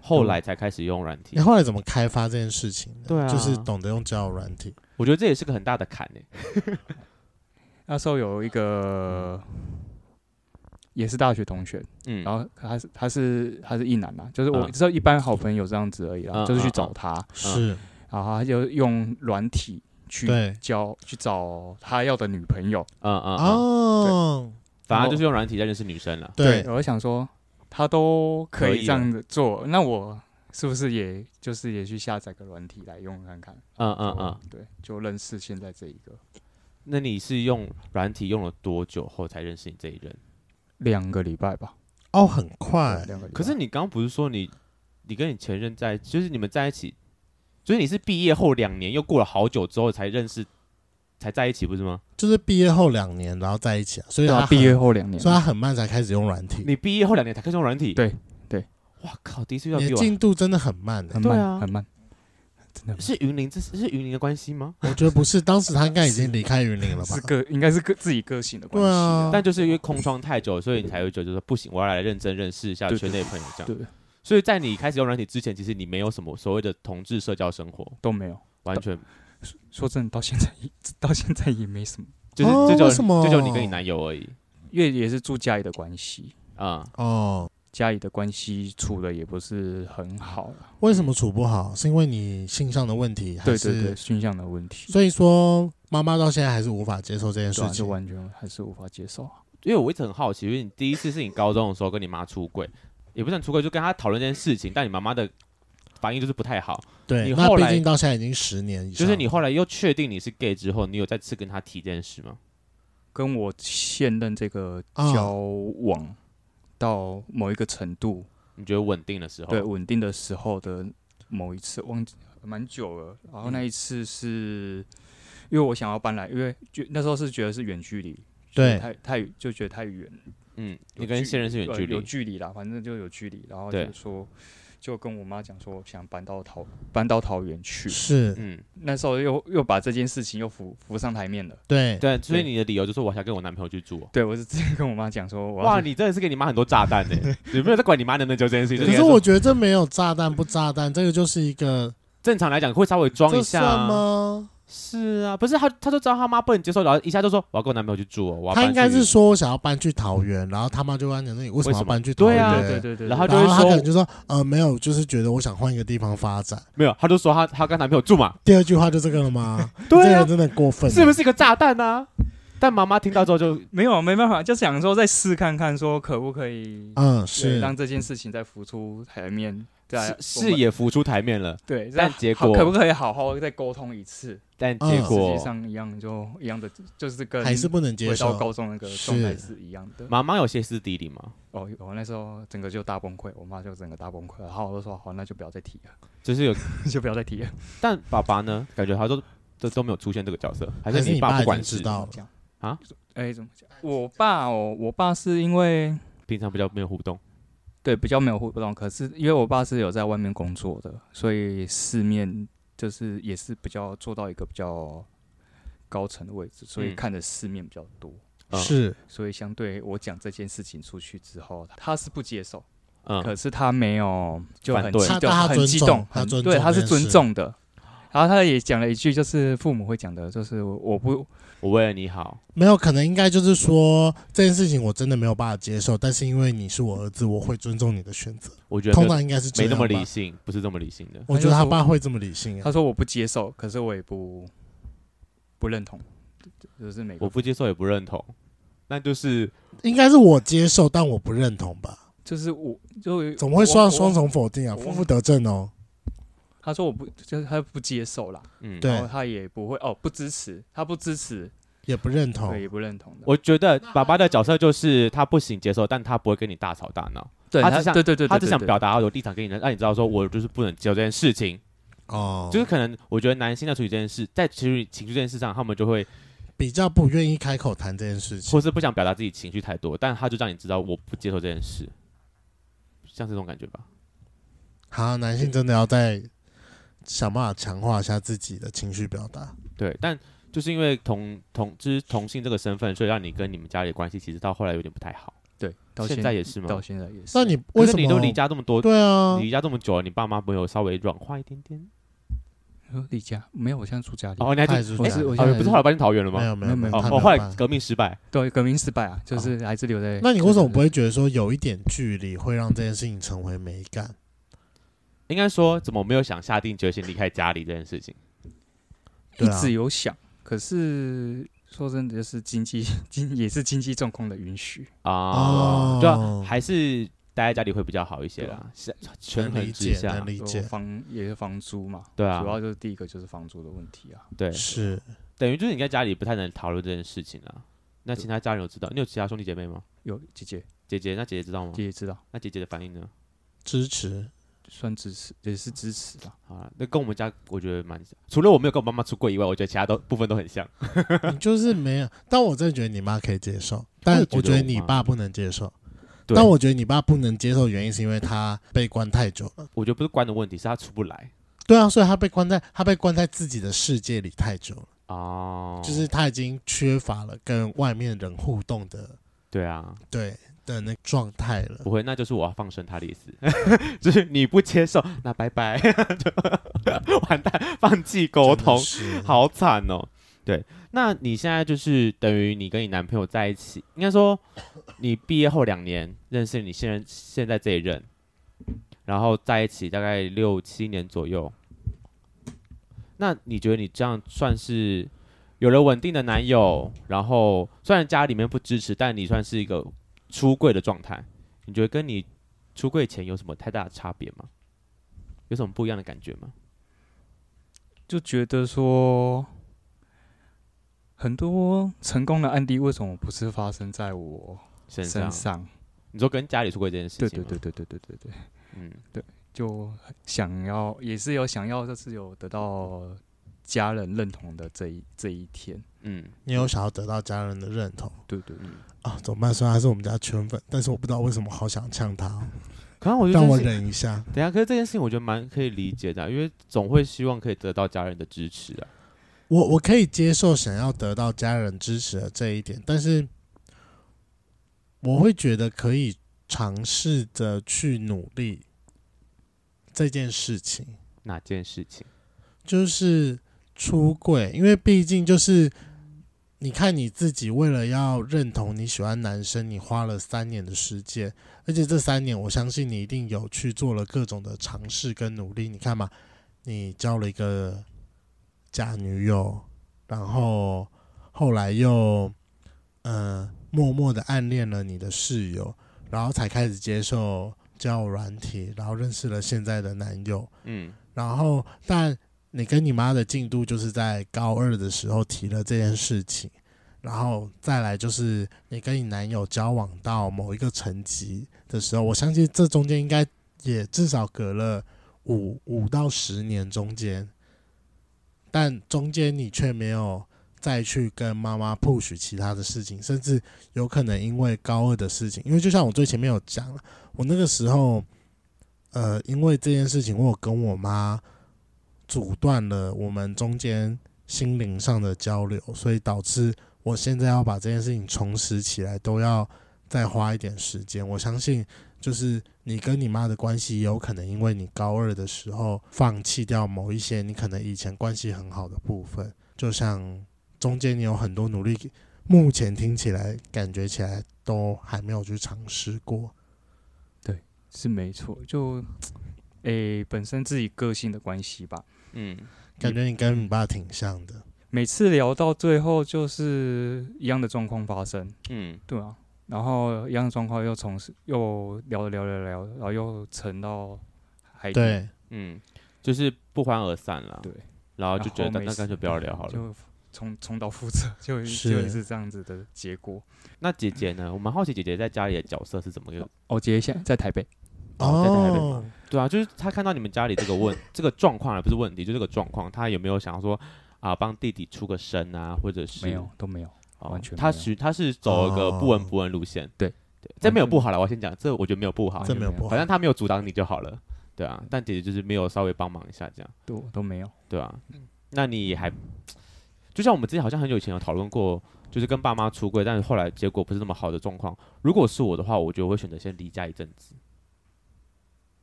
Speaker 1: 后
Speaker 2: 嗯
Speaker 1: 来才开始用软体
Speaker 2: 你。后来怎么开发这件事情的？
Speaker 1: 对啊
Speaker 2: 就是懂得用交友软体。
Speaker 1: 我觉得这也是个很大的坎欸诶、
Speaker 3: 那时候有一个也是大学同学，
Speaker 1: 嗯，
Speaker 3: 然后他是他是他是一男啦，就是我
Speaker 1: 嗯
Speaker 3: 知道一般好朋友这样子而已啦，
Speaker 1: 嗯
Speaker 3: 就是去
Speaker 1: 嗯
Speaker 3: 找
Speaker 1: 嗯
Speaker 3: 他，
Speaker 2: 是，
Speaker 3: 然后他就用软体去
Speaker 2: 对，
Speaker 3: 交去找他要的女朋友，
Speaker 1: 嗯嗯
Speaker 3: 啊
Speaker 1: 嗯，
Speaker 2: 哦，
Speaker 1: 反正就是用软体在认识女生了。
Speaker 2: 对，
Speaker 3: 我就想说他都可
Speaker 1: 可
Speaker 3: 以
Speaker 1: 以
Speaker 3: 这
Speaker 1: 了
Speaker 3: 样子做，那我是不是也就是也去下载个软体来用看看？
Speaker 1: 嗯嗯
Speaker 2: 哦
Speaker 1: 嗯，
Speaker 3: 就，对，就认识现在这一个
Speaker 1: 那你是用软体用了多久后才认识你这一人？
Speaker 2: 啊
Speaker 3: 两个礼拜吧，
Speaker 2: 哦，很
Speaker 3: 对
Speaker 2: 快，
Speaker 3: 两个礼拜。
Speaker 1: 可是你刚刚不是说你你跟你前任在，就是你们在一起，就是你是毕业后两年，又过了好久之后才认识，才在一起，不是吗？
Speaker 2: 就是毕业后两年，然后在一起啊，所以
Speaker 3: 对
Speaker 2: 他
Speaker 3: 啊，
Speaker 2: 很
Speaker 3: 毕业，后两年
Speaker 2: 所以他很慢才开始用软体。
Speaker 1: 你毕业后两年才开始用软体？
Speaker 3: 对对。
Speaker 1: 哇靠！第一次遇到
Speaker 2: 你
Speaker 1: 比
Speaker 2: 的
Speaker 1: 我
Speaker 2: 进度真的很慢欸
Speaker 3: 很
Speaker 1: 对
Speaker 3: 慢、
Speaker 1: 啊
Speaker 3: 很慢，真的很慢
Speaker 1: 是云林，这是是云林的关系吗？
Speaker 2: 欸我觉得不是，当时他应该已经离开云林了吧
Speaker 3: 是？个应该是个自己个性的关
Speaker 2: 对
Speaker 3: 系
Speaker 2: 啊
Speaker 3: 啊、
Speaker 1: 但就是因为空窗太久，所以你才会觉得说不行，我要来认真认识一下
Speaker 3: 对
Speaker 1: 圈内朋友这样。
Speaker 3: 对
Speaker 1: 所以在你开始用软体之前，其实你没有什么所谓的同志社交生活，
Speaker 3: 都没有。
Speaker 1: 完全
Speaker 3: 说真的，到现在也到现在也没什么，
Speaker 1: 就是
Speaker 2: 哦
Speaker 1: 这就
Speaker 2: 为什么
Speaker 1: 这就你跟你男友而已
Speaker 3: 因为也是住家里的关系，
Speaker 1: 啊。
Speaker 2: 哦，
Speaker 3: 家里的关系处的也不是很好啦。
Speaker 2: 为什么处不好？是因为你性上的问题，还
Speaker 3: 对
Speaker 2: 是？
Speaker 3: 对对，熏向的问题，
Speaker 2: 所以说，妈妈到现在还是无法接受这件
Speaker 3: 对
Speaker 2: 事
Speaker 3: 啊，就
Speaker 2: 情。
Speaker 3: 完全还是无法接受啊。
Speaker 1: 因为我一直很好奇，因为你第一次是你高中的时候跟你妈出柜，也不算出柜，就跟她讨论这件事情，但你妈妈的反应就是不太好。
Speaker 2: 对，
Speaker 1: 你
Speaker 2: 那
Speaker 1: 后
Speaker 2: 毕
Speaker 1: 来
Speaker 2: 竟到现在已经十年以上，
Speaker 1: 就是你后来又确定你是 gay 之后，你有再次跟她提这件事吗？
Speaker 3: 跟我现任这个
Speaker 2: 啊
Speaker 3: 交往到某一个程度，
Speaker 1: 你觉得稳定的时候，
Speaker 3: 对稳定的时候的某一次，忘记蛮久了。然后那一次是因为我想要搬来，因为觉那时候是觉得是远距离，
Speaker 2: 对
Speaker 3: 太太就觉得太远，
Speaker 1: 嗯，
Speaker 3: 有
Speaker 1: 你跟
Speaker 3: 距
Speaker 1: 现任是远
Speaker 3: 呃
Speaker 1: 距离
Speaker 3: 有，距离啦，反正就有距离。然后
Speaker 1: 对
Speaker 3: 就说，就跟我妈讲说想搬到桃搬到桃园去。
Speaker 2: 是
Speaker 1: 嗯，
Speaker 3: 那时候又又把这件事情又浮浮上台面了。
Speaker 2: 对
Speaker 1: 对，所以
Speaker 3: 对
Speaker 1: 你的理由就是我想跟我男朋友去住哦。
Speaker 3: 对我是直接跟我妈讲说，我要
Speaker 1: 哇，
Speaker 3: 去
Speaker 1: 你真的是给你妈很多炸弹呢、 有没有在管你妈能不能接受这件事情？
Speaker 2: 可
Speaker 1: 就是应该说
Speaker 2: 我觉得这没有炸弹不炸弹，这个就是一个
Speaker 1: 正常来讲会稍微装
Speaker 2: 这
Speaker 1: 一下
Speaker 2: 算
Speaker 1: 啊，
Speaker 2: 吗？
Speaker 1: 是啊，不是他，他就知道他妈不能接受，然后一下就说我要跟我男朋友去住、哦，我要
Speaker 2: 他
Speaker 1: 搬
Speaker 2: 应该
Speaker 1: 去
Speaker 2: 是说我想要搬去桃园，然后他妈就跟他讲说你为什
Speaker 1: 为
Speaker 2: 么要
Speaker 1: 什么
Speaker 2: 搬去桃园？
Speaker 1: 对啊
Speaker 3: 对对对对，
Speaker 1: 然后
Speaker 2: 然后他
Speaker 1: 就会说
Speaker 2: 可能就说呃没有，就是觉得我想换一个地方发展。
Speaker 1: 没有，他就说他他跟男朋友住嘛，
Speaker 2: 第二句话就这个了吗？你这
Speaker 1: 对
Speaker 2: 个
Speaker 1: 啊
Speaker 2: 人，真的过分了，
Speaker 1: 是不是一个炸弹啊？但妈妈听到之后就
Speaker 3: 没有没办法，就想说再试看看，说可不可以
Speaker 2: 嗯，
Speaker 3: 对
Speaker 2: 是
Speaker 3: 让这件事情再浮出台面，再
Speaker 1: 视呃视野浮出台面了，
Speaker 3: 对，再
Speaker 1: 但结
Speaker 3: 好
Speaker 1: 果
Speaker 3: 可不可以好好再沟通一次？
Speaker 1: 但
Speaker 2: 嗯
Speaker 1: 结
Speaker 3: 实
Speaker 1: 果
Speaker 3: 际上一样就一样的，就是跟
Speaker 2: 还是不能接
Speaker 3: 回到
Speaker 2: 受。
Speaker 3: 高中那个状态是一样的。
Speaker 1: 妈妈有歇斯底里嘛，
Speaker 3: 哦，我那时候整个就大崩溃，我妈就整个大崩溃，然后我就说好，那就不要再提了，
Speaker 1: 就是有，
Speaker 3: 就不要再提了。
Speaker 1: 但爸爸呢，感觉他都都都没有出现这个角色，还
Speaker 2: 还
Speaker 1: 是
Speaker 2: 是你
Speaker 1: 爸
Speaker 2: 爸
Speaker 1: 不
Speaker 2: 已
Speaker 1: 管
Speaker 2: 经知
Speaker 1: 事，
Speaker 2: 道了
Speaker 3: 这样
Speaker 1: 啊？
Speaker 3: 哎，怎么讲？我爸哦，我爸是因为
Speaker 1: 平常比较没有互动，
Speaker 3: 对比较没有互动，可是因为我爸是有在外面工作的，所以世面就是也是比较做到一个比较高层的位置，所以
Speaker 1: 嗯
Speaker 3: 看的世面比较多。
Speaker 1: 嗯
Speaker 2: 是
Speaker 3: 所以相对我讲这件事情出去之后，他是不接受，
Speaker 1: 嗯，
Speaker 3: 可是他没有就
Speaker 1: 反
Speaker 3: 很
Speaker 1: 对
Speaker 3: 激
Speaker 2: 他
Speaker 3: 动，
Speaker 2: 他
Speaker 3: 很
Speaker 2: 尊
Speaker 3: 激
Speaker 2: 重
Speaker 3: 动，
Speaker 2: 他
Speaker 3: 很
Speaker 2: 尊重
Speaker 3: 对，他
Speaker 2: 这
Speaker 3: 是
Speaker 2: 件
Speaker 3: 尊
Speaker 2: 事
Speaker 3: 重的。然后他也讲了一句，就是父母会讲的，就是我不
Speaker 1: 我为了你好，
Speaker 2: 没有，可能应该就是说这件事情我真的没有办法接受，但是因为你是我儿子，我会尊重你的选择。
Speaker 1: 我觉得
Speaker 2: 通
Speaker 1: 没有
Speaker 2: 常应该是这
Speaker 1: 没
Speaker 2: 样
Speaker 1: 那
Speaker 2: 吧
Speaker 1: 么理性，不是这么理性的。
Speaker 2: 我觉得他爸会这么理性、啊
Speaker 3: 他。说我不接受，可是我也不不认同，就是美
Speaker 1: 我
Speaker 3: 国
Speaker 1: 不接受也不认同，那就是
Speaker 2: 应该是我接受，但我不认同吧？
Speaker 3: 就是我就
Speaker 2: 怎么会说到双
Speaker 3: 重？
Speaker 2: 重否定啊？
Speaker 3: 我
Speaker 2: 负负得正哦。
Speaker 3: 他说我不就是他不接受啦，
Speaker 1: 嗯，
Speaker 2: 对
Speaker 3: 然后他也不会哦不支持，他不支持，
Speaker 2: 也不认同
Speaker 3: 对，。也不认同的。
Speaker 1: 我觉得爸爸的角色就是他不行接受，但他不会跟你大吵大闹，
Speaker 3: 对
Speaker 1: 他
Speaker 3: 他
Speaker 1: 只想
Speaker 3: 对对对，
Speaker 1: 他
Speaker 3: 对
Speaker 1: 只想
Speaker 3: 对
Speaker 1: 表达我的立场给你的，让你知道说我就是不能接受这件事情。
Speaker 2: 哦，
Speaker 1: 就是可能我觉得男性在处理这件事，在处理情绪这件事上，他们就会
Speaker 2: 比较不愿意开口谈这件事情
Speaker 1: 或。是不想表达自己情绪太多，但他就让你知道我不接受这件事，像这种感觉吧。
Speaker 2: 好，男性真的要再想办法强化一下自己的情绪表达。
Speaker 1: 对，但就是因为同同就是同性这个身份，所以让你跟你们家里的关系其实到后来有点不太好。
Speaker 3: 对，哦到
Speaker 1: 现在也是吗？
Speaker 3: 到现在也是。
Speaker 2: 那你
Speaker 1: 可
Speaker 2: 为
Speaker 1: 是
Speaker 2: 什么
Speaker 1: 你都离？家这么多，
Speaker 2: 对啊嗯
Speaker 1: 你，离家这么久了，你爸妈没有稍微软化一点点？
Speaker 3: 呃离家没有？我现在住家里。
Speaker 1: 哦，你还
Speaker 2: 他也
Speaker 1: 就是
Speaker 2: 这
Speaker 3: 我
Speaker 2: 样哎
Speaker 3: 是我
Speaker 1: 哦，
Speaker 3: 现
Speaker 1: 你
Speaker 3: 在
Speaker 1: 不是后来搬去桃园了
Speaker 2: 没
Speaker 1: 吗？
Speaker 2: 有没有没有，
Speaker 1: 哦
Speaker 2: 他
Speaker 1: 哦，
Speaker 2: 没有
Speaker 1: 后来
Speaker 2: 办法
Speaker 1: 革命失败，
Speaker 3: 对革命失败啊，
Speaker 1: 哦
Speaker 3: 就是还是留在。
Speaker 2: 那你为什么不
Speaker 3: 会？
Speaker 2: 会觉得说有一点距离会让这件事情成为美感？
Speaker 1: 应该说怎么没有想下定决心离开家里这件事情？
Speaker 2: 对
Speaker 3: 一
Speaker 2: 啊
Speaker 3: 直有想，可是说真的，就是经济 经也是经济状况的允许。
Speaker 1: 啊
Speaker 2: 哦，
Speaker 1: 对啊，还是待在家里会比较好一些啦，是权
Speaker 2: 能
Speaker 1: 衡
Speaker 2: 理
Speaker 1: 之
Speaker 2: 解，
Speaker 1: 下
Speaker 2: 啊能，理
Speaker 3: 就
Speaker 2: 解，
Speaker 3: 房也是房租嘛，
Speaker 1: 对啊
Speaker 3: 主要就是第一个就是房租的问题啊。
Speaker 1: 对，
Speaker 2: 是
Speaker 1: 等于就是你在家里不太能讨论这件事情啦。那其他家人有知道？你有其他兄弟姐妹吗？
Speaker 3: 有姐姐，
Speaker 1: 姐姐，那姐姐知道吗？
Speaker 3: 姐姐知道，
Speaker 1: 那姐姐的反应呢？
Speaker 2: 支持。
Speaker 3: 算支持，也是支持吧。
Speaker 1: 好啦，那跟我们家我觉得蛮像，除了我没有跟我妈妈出柜以外，我觉得其他都部分都很像。
Speaker 2: 你就是没有，但我真的觉得你妈可以接受，但
Speaker 1: 我也觉得
Speaker 2: 我觉得
Speaker 1: 我
Speaker 2: 你
Speaker 1: 妈
Speaker 2: 爸不能接受。
Speaker 1: 对
Speaker 2: 但我觉得你爸不能接受的原因是因为他被关太久了。
Speaker 1: 我觉得不是关的问题，是她出不来
Speaker 2: 对啊，所以他被关在他被关在自己的世界里太久了，
Speaker 1: 哦，
Speaker 2: 就是他已经缺乏了跟外面人互动的
Speaker 1: 对啊，
Speaker 2: 对的那状态了
Speaker 1: 不。会，那就是我要放生他的意思， 就是你不接受，那拜拜， 就完蛋，放弃沟通，
Speaker 2: 真的是，
Speaker 1: 好惨哦。对，那你现在就是等于你跟你男朋友在一起，应该说你毕业后两年认识你现任现在这一任，然后在一起大概六七年左右。那你觉得你这样算是有了稳定的男友，然后虽然家里面不支持，但你算是一个出柜的状态，你觉得跟你出柜前有什么太大的差别吗？有什么不一样的感觉吗？
Speaker 3: 就觉得说，很多成功的案例为什么不是发生在我
Speaker 1: 身上，
Speaker 3: 身上？
Speaker 1: 你说跟家里出柜这件事情
Speaker 3: 对
Speaker 1: 吗？
Speaker 3: 对对对对对对对，
Speaker 1: 嗯，
Speaker 3: 就想要也是有想要，就是有得到家人认同的这一这一天。
Speaker 1: 嗯，
Speaker 2: 你有想要得到家人的认同
Speaker 3: 对对对，
Speaker 2: 啊？怎么办？虽然他是我们家圈粉，但是我不知道为什么好想呛他哦，
Speaker 1: 可能我就
Speaker 2: 让我忍一下。
Speaker 1: 等一下，可是这件事情我觉得蛮可以理解的啊、因为总会希望可以得到家人的支持啊。
Speaker 2: 我我可以接受想要得到家人支持的这一点，但是我会觉得可以尝试着去努力这件事情，
Speaker 1: 哪件事情？
Speaker 2: 就是出柜，因为毕竟就是你看你自己为了要认同你喜欢男生，你花了三年的时间，而且这三年我相信你一定有去做了各种的尝试跟努力。你看嘛，你交了一个假女友，然后后来又呃默默的暗恋了你的室友，然后才开始接受交友软体，然后认识了现在的男友。
Speaker 1: 嗯，
Speaker 2: 然后，但你跟你妈的进度就是在高二的时候提了这件事情，然后再来就是你跟你男友交往到某一个层级的时候，我相信这中间应该也至少隔了五五到十年中间，但中间你却没有再去跟妈妈 push 其他的事情，甚至有可能因为高二的事情，因为就像我最前面有讲了，我那个时候，呃，因为这件事情，我有跟我妈阻断了我们中间心灵上的交流，所以导致我现在要把这件事情重拾起来，都要再花一点时间。我相信就是你跟你妈的关系有可能因为你高二的时候放弃掉某一些你可能以前关系很好的部分，就像中间你有很多努力，目前听起来感觉起来都还没有去尝试过。
Speaker 3: 是没错，就诶、本身自己个性的关系吧。
Speaker 1: 嗯，
Speaker 2: 感觉你跟你爸挺像的，
Speaker 3: 每次聊到最后，就是一样的状况发生，
Speaker 1: 嗯，
Speaker 3: 对啊，然后一样的状况又重拾，又聊着聊着聊，然后又沉到海底，
Speaker 2: 对，
Speaker 1: 嗯，就是不欢而散了。
Speaker 3: 对，
Speaker 1: 然后就觉得
Speaker 3: 然后
Speaker 1: 那
Speaker 3: 没
Speaker 1: 那
Speaker 3: 事
Speaker 1: 干脆不要聊好了。
Speaker 3: 就重重蹈覆辙，就是就是这样子的结果。
Speaker 1: 那姐姐呢？我蛮好奇姐姐在家里的角色是怎么个？
Speaker 3: 哦，姐现在在台北，
Speaker 1: 哦在台北
Speaker 2: 哦，
Speaker 1: 对啊，就是她看到你们家里这个问这个状况，而不是问题，就这个状况，她有没有想说啊帮弟弟出个声啊，或者是
Speaker 3: 没有都没有，
Speaker 1: 哦
Speaker 3: 完全没有
Speaker 1: 她是她是走一个不闻不问路线。
Speaker 3: 对
Speaker 1: 对，这没有不好了，我先讲，这我觉得没有不好
Speaker 3: 完，
Speaker 2: 这
Speaker 3: 全
Speaker 2: 没有不好
Speaker 1: 反正，她没有阻挡你就好了。对啊，但姐姐就是没有稍微帮忙一下这样。
Speaker 3: 都都没有。
Speaker 1: 对啊，那你还就像我们之前好像很久以前有讨论过，就是跟爸妈出柜，但是后来结果不是那么好的状况。如果是我的话，我觉得我会选择先离家一阵子，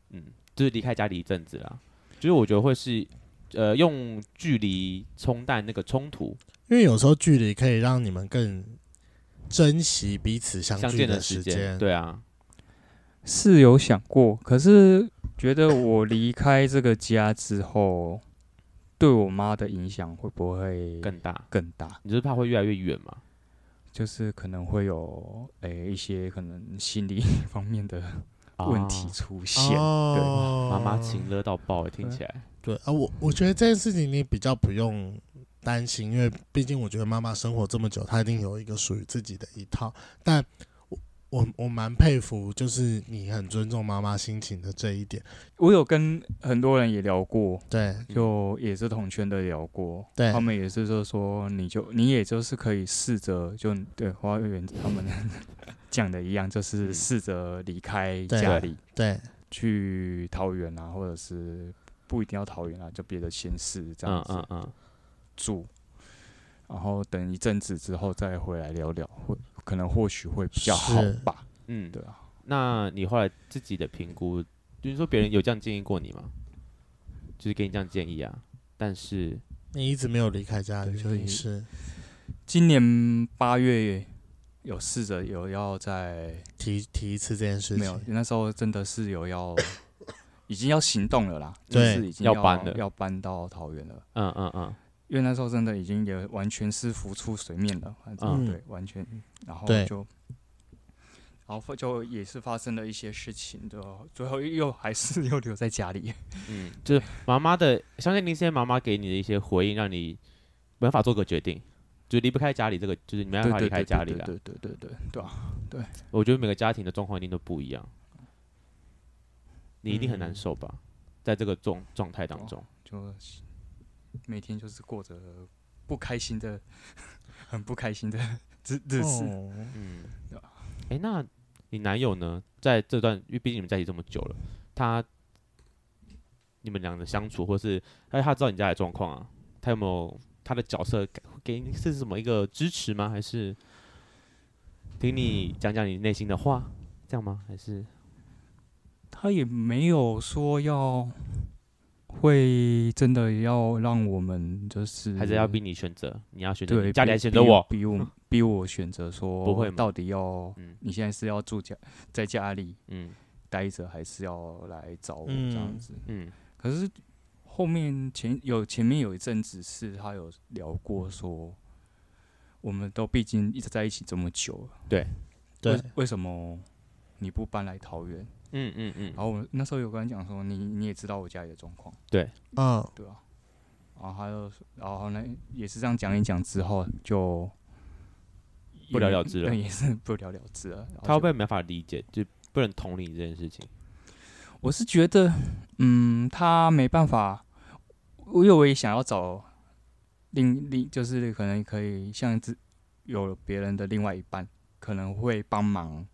Speaker 1: 嗯，就是离开家里一阵子啦。就是我觉得会是呃用距离冲淡那个冲突，
Speaker 2: 因为有时候距离可以让你们更珍惜彼此相
Speaker 1: 相
Speaker 2: 聚
Speaker 1: 见的
Speaker 2: 时
Speaker 1: 间，，对啊，
Speaker 3: 是有想过，可是觉得我离开这个家之后，对我妈的影响会不会
Speaker 1: 更大。
Speaker 3: 更大？
Speaker 1: 你就是怕会越来越远嘛？
Speaker 3: 就是可能会有诶、一些可能心理 方面的问题出现。
Speaker 2: 哦
Speaker 1: 啊，妈妈情勒到爆，听起来，
Speaker 2: 对啊，我我觉得这件事情你比较不用担心，因为毕竟我觉得妈妈生活这么久，她一定有一个属于自己的一套。但我我我蛮佩服，就是你很尊重妈妈心情的这一点。
Speaker 3: 我有跟很多人也聊过，
Speaker 2: 对
Speaker 3: 就也是同圈的聊过，
Speaker 2: 嗯对
Speaker 3: 他们也是就说，你就你也就是可以试着就对花园他们 讲的一样，就是试着离开
Speaker 2: 嗯对
Speaker 3: 家里，
Speaker 2: 对
Speaker 3: 去桃园啊，或者是不一定要桃园啊，就别的县市这样
Speaker 1: 嗯
Speaker 3: 子
Speaker 1: 嗯嗯，
Speaker 3: 住，然后等一阵子之后再回来聊聊，会可能或许会比较好
Speaker 2: 是
Speaker 3: 吧？
Speaker 1: 嗯，
Speaker 3: 对啊，
Speaker 1: 那你后来自己的评估，就是说别人有这样建议过你吗？就是给你这样建议啊，但是
Speaker 2: 你一直没有离开家的
Speaker 3: 对所
Speaker 2: 原
Speaker 3: 以
Speaker 2: 因是
Speaker 3: 今年八月有试着有要在
Speaker 2: 提提一次这件事
Speaker 3: 没有
Speaker 2: 情，，
Speaker 3: 那时候真的是有要已经要行动了啦，就
Speaker 2: 对
Speaker 3: 是已经
Speaker 1: 要
Speaker 3: 要
Speaker 1: 搬了
Speaker 3: 要搬到桃园了。
Speaker 1: 嗯嗯嗯，
Speaker 3: 因为那时候真的已经也完全是浮出水面了，反正、
Speaker 2: 嗯
Speaker 3: 对，完全，然后
Speaker 2: 对
Speaker 3: 就，然后就也是发生了一些事情，就最后又还是又留在家里。
Speaker 1: 嗯，就是妈妈的，相信那些妈妈给你的一些回应，让你没办法做个决定，就离不开家里这个，就是你没办
Speaker 3: 对
Speaker 1: 法
Speaker 3: 对
Speaker 1: 离开
Speaker 3: 对
Speaker 1: 家
Speaker 3: 对
Speaker 1: 里
Speaker 3: 对
Speaker 1: 了。
Speaker 3: 对对对对对啊！
Speaker 1: 我觉得每个家庭的状况一定都不一样，你一定很难
Speaker 3: 嗯
Speaker 1: 受吧，在这个状状态当
Speaker 3: 哦
Speaker 1: 中，
Speaker 3: 就每天就是过着不开心的、很不开心的日日子。
Speaker 2: 哦
Speaker 1: 嗯
Speaker 3: 对，
Speaker 1: 哎，那你男友呢，在这段，因为毕竟你们在一起这么久了，他你们俩的相处，或是他他知道你家里的状况啊，他有没有他的角色给给你是什么一个支持吗？还是听你讲讲你内心的话，这样吗？还是
Speaker 3: 他也没有说要会真的要让我们就是
Speaker 1: 还是要逼你选择？你要选择
Speaker 3: 对
Speaker 1: 你，家里
Speaker 3: 逼
Speaker 1: 还选择
Speaker 3: 逼
Speaker 1: 我？
Speaker 3: 逼我逼我选择说，
Speaker 1: 不会吗
Speaker 3: 到底要
Speaker 1: 嗯
Speaker 3: 你现在是要住家在家里
Speaker 1: 嗯
Speaker 3: 待着，还是要来找我
Speaker 2: 嗯
Speaker 3: 这样子？
Speaker 1: 嗯
Speaker 3: 可是后面前有前面有一阵子是他有聊过说，我们都毕竟一直在一起这么久了，
Speaker 2: 对
Speaker 3: 为，为什么你不搬来桃园？
Speaker 1: 嗯嗯嗯
Speaker 3: 然，后我那时候有跟他讲说，你你也知道我家里的状况。
Speaker 2: 嗯，
Speaker 3: 对啊，然后他就，然后呢，也是这样讲一讲之后就
Speaker 1: 不了了之了
Speaker 3: 对，也是 不了了之了。然后
Speaker 1: 他会
Speaker 3: 就
Speaker 1: 不会没法理解，就不能同理这件事情？
Speaker 3: 我是觉得，嗯，他没办法，因为我也想要找另另，就是可能可以像自有别人的另外一半，可能会帮忙。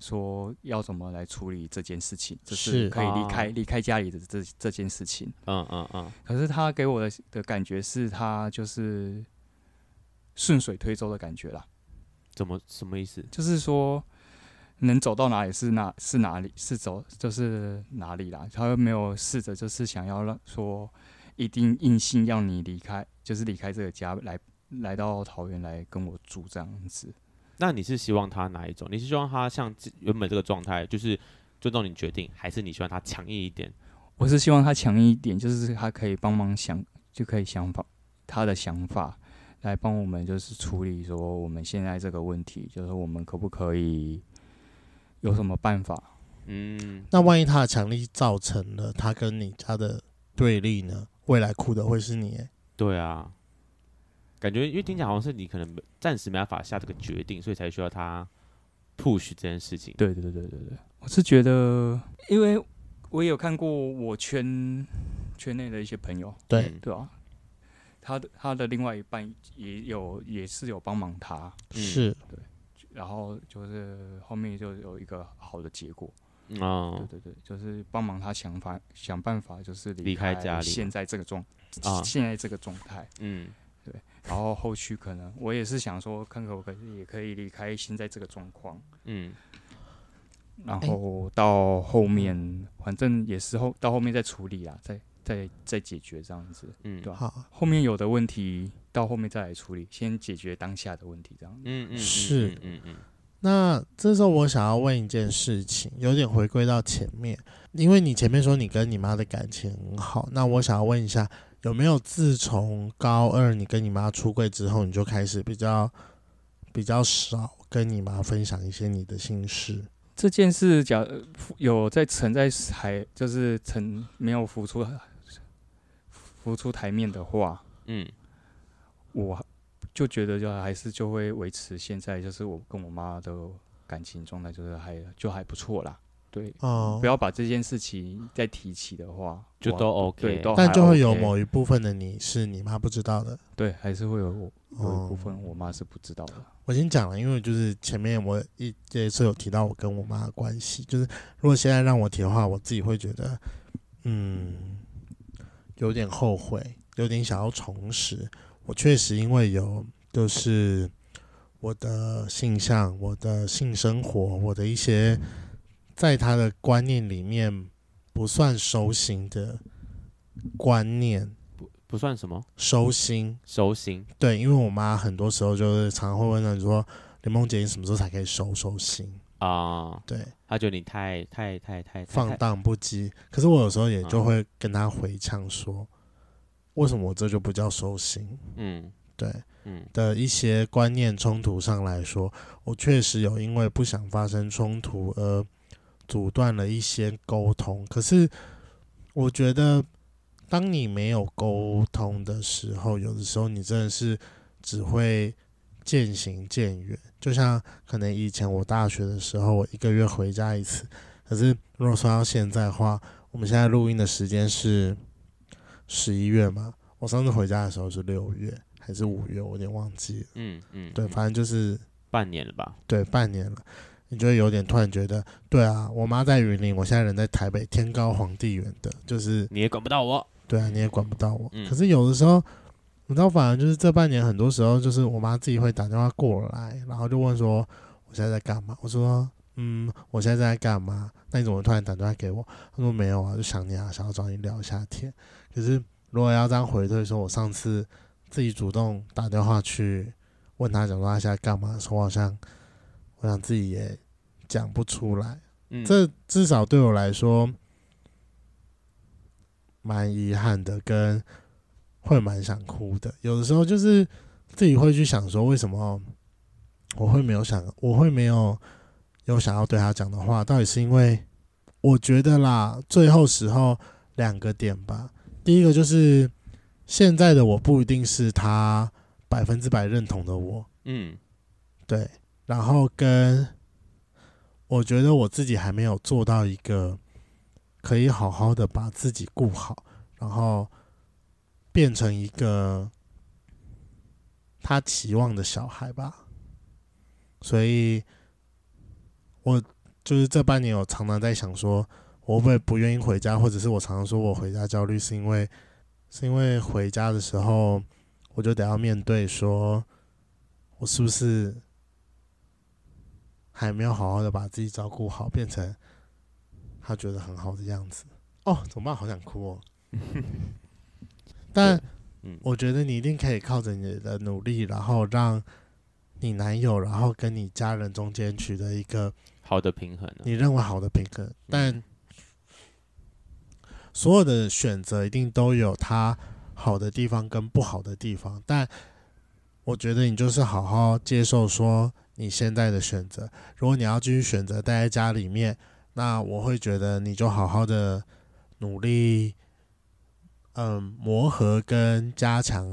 Speaker 3: 说要怎么来处理这件事情，就是
Speaker 2: 是
Speaker 3: 可以离开
Speaker 1: 啊
Speaker 3: 离开家里的这这件事情。
Speaker 1: 嗯嗯嗯，
Speaker 3: 可是他给我的的感觉是他就是顺水推舟的感觉啦，
Speaker 1: 怎么什么意思？
Speaker 3: 就是说能走到哪里是哪是哪里是走就是哪里啦。他又没有试着就是想要让说一定硬性要你离开，就是离开这个家来来到桃园来跟我住这样子。
Speaker 1: 那你是希望他哪一种？你是希望他像自原本这个状态，就是尊重你决定，还是你希望他强硬一点？
Speaker 3: 我是希望他强硬一点，就是他可以帮忙想，就可以想法他的想法来帮我们，就是处理说我们现在这个问题，就是我们可不可以有什么办法？
Speaker 1: 嗯，
Speaker 2: 那万一他的强力造成了他跟你家的对立呢？未来哭的会是你、欸，
Speaker 1: 对啊，感觉因为听
Speaker 3: 嗯
Speaker 1: 起来好像是你可能没暂时没办法下这个决定，所以才需要他 push 这件事情。
Speaker 3: 对对对对对对，我是觉得，因为我也有看过我圈圈内的一些朋友，
Speaker 2: 对
Speaker 1: 嗯
Speaker 3: 对啊，他的他的另外一半也有也是有帮忙他，
Speaker 1: 嗯
Speaker 2: 是
Speaker 3: 然后就是后面就有一个好的结果。
Speaker 1: 嗯哦
Speaker 3: 对对对，就是帮忙他想法想办法，就是
Speaker 1: 离开家里
Speaker 3: 现在这个状
Speaker 1: 啊
Speaker 3: 现在这个状态，
Speaker 1: 嗯，
Speaker 3: 然后后续可能我也是想说，看可不可以也可以离开现在这个状况，
Speaker 1: 嗯，哎
Speaker 3: 然后到后面反正也是后到后面再处理啊，再再再解决这样子，
Speaker 1: 嗯，
Speaker 3: 对啊
Speaker 2: 好，
Speaker 3: 后面有的问题到后面再来处理，先解决当下的问题这样子。
Speaker 1: 嗯嗯，嗯
Speaker 2: 是
Speaker 1: 嗯嗯
Speaker 2: 那这时候我想要问一件事情，有点回归到前面，因为你前面说你跟你妈的感情很好，那我想要问一下，有没有自从高二你跟你妈出柜之后，你就开始比较比较少跟你妈分享一些你的心事？
Speaker 3: 这件事假呃浮有在沉在海，就是沉没有浮出浮出台面的话，
Speaker 1: 嗯
Speaker 3: 我就觉得就还是就会维持现在就是我跟我妈的感情状态，就是还就还不错啦。对，
Speaker 2: 哦
Speaker 3: 不，要把这件事情再提起的话，
Speaker 1: 就
Speaker 3: 我
Speaker 1: 都 OK
Speaker 3: 对，都
Speaker 2: 但
Speaker 3: 还
Speaker 2: 就会有
Speaker 3: OK
Speaker 2: 某一部分的你是你妈不知道的。
Speaker 3: 对，还是会有我有一部
Speaker 2: 哦
Speaker 3: 分我妈是不知道的。
Speaker 2: 我先讲了，因为就是前面我一也是有提到我跟我妈的关系，就是如果现在让我提的话，我自己会觉得，嗯，有点后悔，有点想要重拾。我确实因为有就是我的性向、我的性生活、我的一些在他的观念里面不算收心的观念，
Speaker 1: 不算什么
Speaker 2: 收心
Speaker 1: 收心，
Speaker 2: 对，因为我妈很多时候就是常常会问你说：“林梦姐，你什么时候才可以收收心
Speaker 1: 啊？”，
Speaker 2: 对，
Speaker 1: 他觉得你太太太太太
Speaker 2: 放
Speaker 1: 太
Speaker 2: 荡不羁。可是我有时候也就会跟她回呛说：“为什么我这就不叫收心
Speaker 1: 嗯？”
Speaker 2: 对
Speaker 1: 嗯
Speaker 2: 的一些观念冲突上来说，我确实有因为不想发生冲突而阻断了一些沟通。可是我觉得，当你没有沟通的时候，有的时候你真的是只会渐行渐远。就像可能以前我大学的时候，我一个月回家一次。可是如果说到现在的话，我们现在录音的时间是十一月嘛？我上次回家的时候是六月还是五月，我有点忘记了。
Speaker 1: 嗯嗯，
Speaker 2: 对，
Speaker 1: 嗯
Speaker 2: 反正就是
Speaker 1: 半年了吧？
Speaker 2: 对半年了，你就会有点突然觉得，对啊，我妈在云林，我现在人在台北，天高皇帝远的，就是
Speaker 1: 你也管不到我。
Speaker 2: 对啊，你也管不到我。
Speaker 1: 嗯
Speaker 2: 可是有的时候，你知道，反而就是这半年，很多时候就是我妈自己会打电话过来，然后就问说我现在在干嘛？我说嗯，我现在在干嘛？那你怎么突然打电话给我？她说没有啊，就想你啊，想要找你聊一下天。可是如果要这样回退说，我上次自己主动打电话去问她讲说她现在干嘛的时候，我好像我想自己也讲不出来。
Speaker 1: 嗯，
Speaker 2: 这至少对我来说蛮遗憾的，跟会蛮想哭的。有的时候就是自己会去想说，为什么我会没有想，我会没有有想要对他讲的话，到底是因为我觉得啦，最后时候两个点吧。第一个就是现在的我不一定是他百分之百认同的我，
Speaker 1: 嗯
Speaker 2: 对，然后跟我觉得我自己还没有做到一个可以好好的把自己顾好，然后变成一个他期望的小孩吧。所以，我就是这半年有常常在想说，我会不会不愿意回家，或者是我常常说我回家焦虑，是因为是因为回家的时候，我就得要面对说，我是不是还没有好好的把自己照顾好，变成他觉得很好的样子。哦，怎么办？好想哭哦。但
Speaker 1: 嗯
Speaker 2: 我觉得你一定可以靠着你的努力，然后让你男友，然后跟你家人中间取得一个
Speaker 1: 好的平衡、啊。
Speaker 2: 你认为好的平衡。但所有的选择一定都有它好的地方跟不好的地方，但我觉得你就是好好接受说你现在的选择。如果你要继续选择待在家里面，那我会觉得你就好好的努力，嗯，磨合跟加强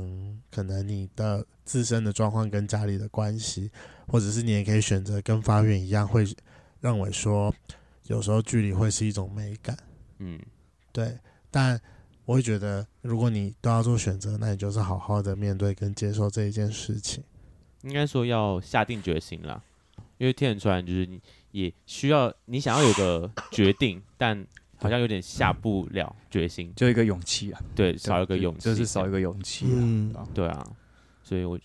Speaker 2: 可能你的自身的状况跟家里的关系，或者是你也可以选择跟发源一样，会认为说有时候距离会是一种美感。
Speaker 1: 嗯，
Speaker 2: 对，但我会觉得，如果你都要做选择，那你就是好好的面对跟接受这一件事情。
Speaker 1: 应该说要下定决心啦，因为天人传人就是你也需要你想要有个决定，但好像有点下不了决心，
Speaker 3: 就一个勇气啊，
Speaker 1: 对，少一个
Speaker 3: 就
Speaker 1: 勇气，
Speaker 3: 就是少一个勇气啊。
Speaker 2: 嗯
Speaker 3: 对，啊
Speaker 1: 对啊，所以我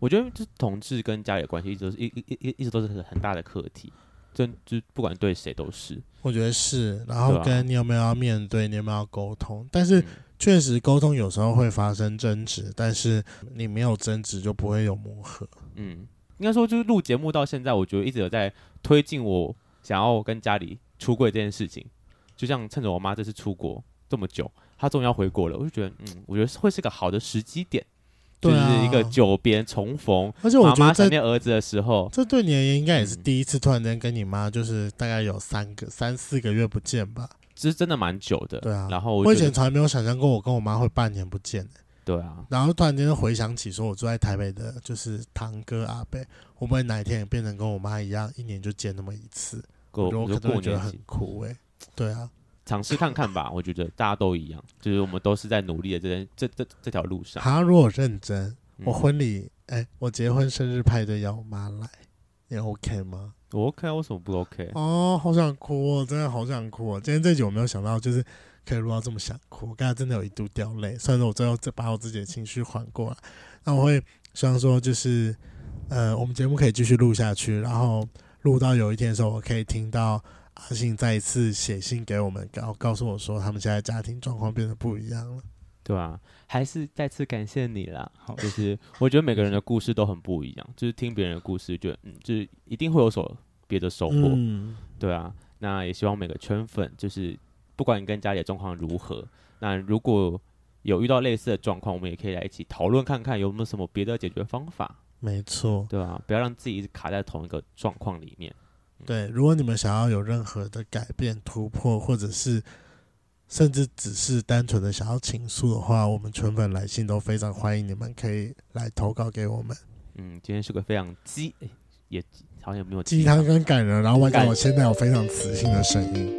Speaker 1: 我觉得这同志跟家里的关系一直都是一一一一一直都是很很大的课题，就就不管对谁都是，
Speaker 2: 我觉得是。
Speaker 1: 对
Speaker 2: 然后
Speaker 1: 啊
Speaker 2: 跟你有没有要面对，你有没有要沟通？但是
Speaker 1: 嗯
Speaker 2: 确实沟通有时候会发生争执，但是你没有争执就不会有磨合。
Speaker 1: 嗯，应该说就是录节目到现在，我觉得一直有在推进我想要跟家里出柜这件事情。就像趁着我妈这次出国这么久，她终于要回国了，我就觉得，嗯，我觉得会是个好的时机点，
Speaker 2: 对啊
Speaker 1: 就是一个久别重逢，
Speaker 2: 而且我
Speaker 1: 妈
Speaker 2: 觉
Speaker 1: 妈
Speaker 2: 得
Speaker 1: 想
Speaker 2: 这
Speaker 1: 念儿子的时候，
Speaker 2: 这对你而言应该也是
Speaker 1: 嗯
Speaker 2: 第一次突然间跟你妈，就是大概有三个三四个月不见吧。
Speaker 1: 其实真的蛮久的。
Speaker 2: 对啊
Speaker 1: 然后
Speaker 2: 我
Speaker 1: 我
Speaker 2: 以
Speaker 1: 觉
Speaker 2: 前
Speaker 1: 得，
Speaker 2: 从来没有想象过我跟我妈会半年不见。
Speaker 1: 对啊，
Speaker 2: 然后突然间就回想起，说我住在台北的，就是堂哥阿伯，会不会哪一天也变成跟我妈一样，一年就见那么一次？
Speaker 1: 过
Speaker 2: 我觉得我
Speaker 1: 哦就过
Speaker 2: 可能会觉得
Speaker 1: 年
Speaker 2: 很
Speaker 1: 期
Speaker 2: 苦哎、对啊，
Speaker 1: 尝试看看吧，我觉得大家都一样，就是我们都是在努力的这件这这这条路上。
Speaker 2: 他如果认真，
Speaker 1: 嗯
Speaker 2: 我婚礼，哎、我结婚生日派对要我妈来，你 OK 吗？
Speaker 1: 我 OK 啊，为什么不 OK？
Speaker 2: 哦，好想哭哦，真的好想哭哦！今天这集我没有想到，就是可以录到这么想哭，我刚才真的有一度掉泪。虽然说我最后再把我自己的情绪缓过来，那我会希望说，就是呃，我们节目可以继续录下去，然后录到有一天的时候，我可以听到阿信再一次写信给我们，然后告诉我说，他们现在家庭状况变得不一样了。
Speaker 1: 对啊，还是再次感谢你啦。
Speaker 3: 好
Speaker 1: 就是我觉得每个人的故事都很不一样，就是听别人的故事，觉得嗯，就是一定会有所别的收获。
Speaker 2: 嗯，
Speaker 1: 对啊，那也希望每个圈粉，就是不管你跟家里的状况如何，那如果有遇到类似的状况，我们也可以来一起讨论看看有没有什么别的解决方法，
Speaker 2: 没错。
Speaker 1: 对啊，不要让自己一直卡在同一个状况里面。
Speaker 2: 对，如果你们想要有任何的改变、突破，或者是甚至只是单纯的想要倾诉的话，我们全粉来信都非常欢迎，你们可以来投稿给我们。
Speaker 1: 嗯，今天是个非常鸡，诶也好像也没有
Speaker 2: 鸡汤跟感人，然后外加我现在有非常磁性的声音。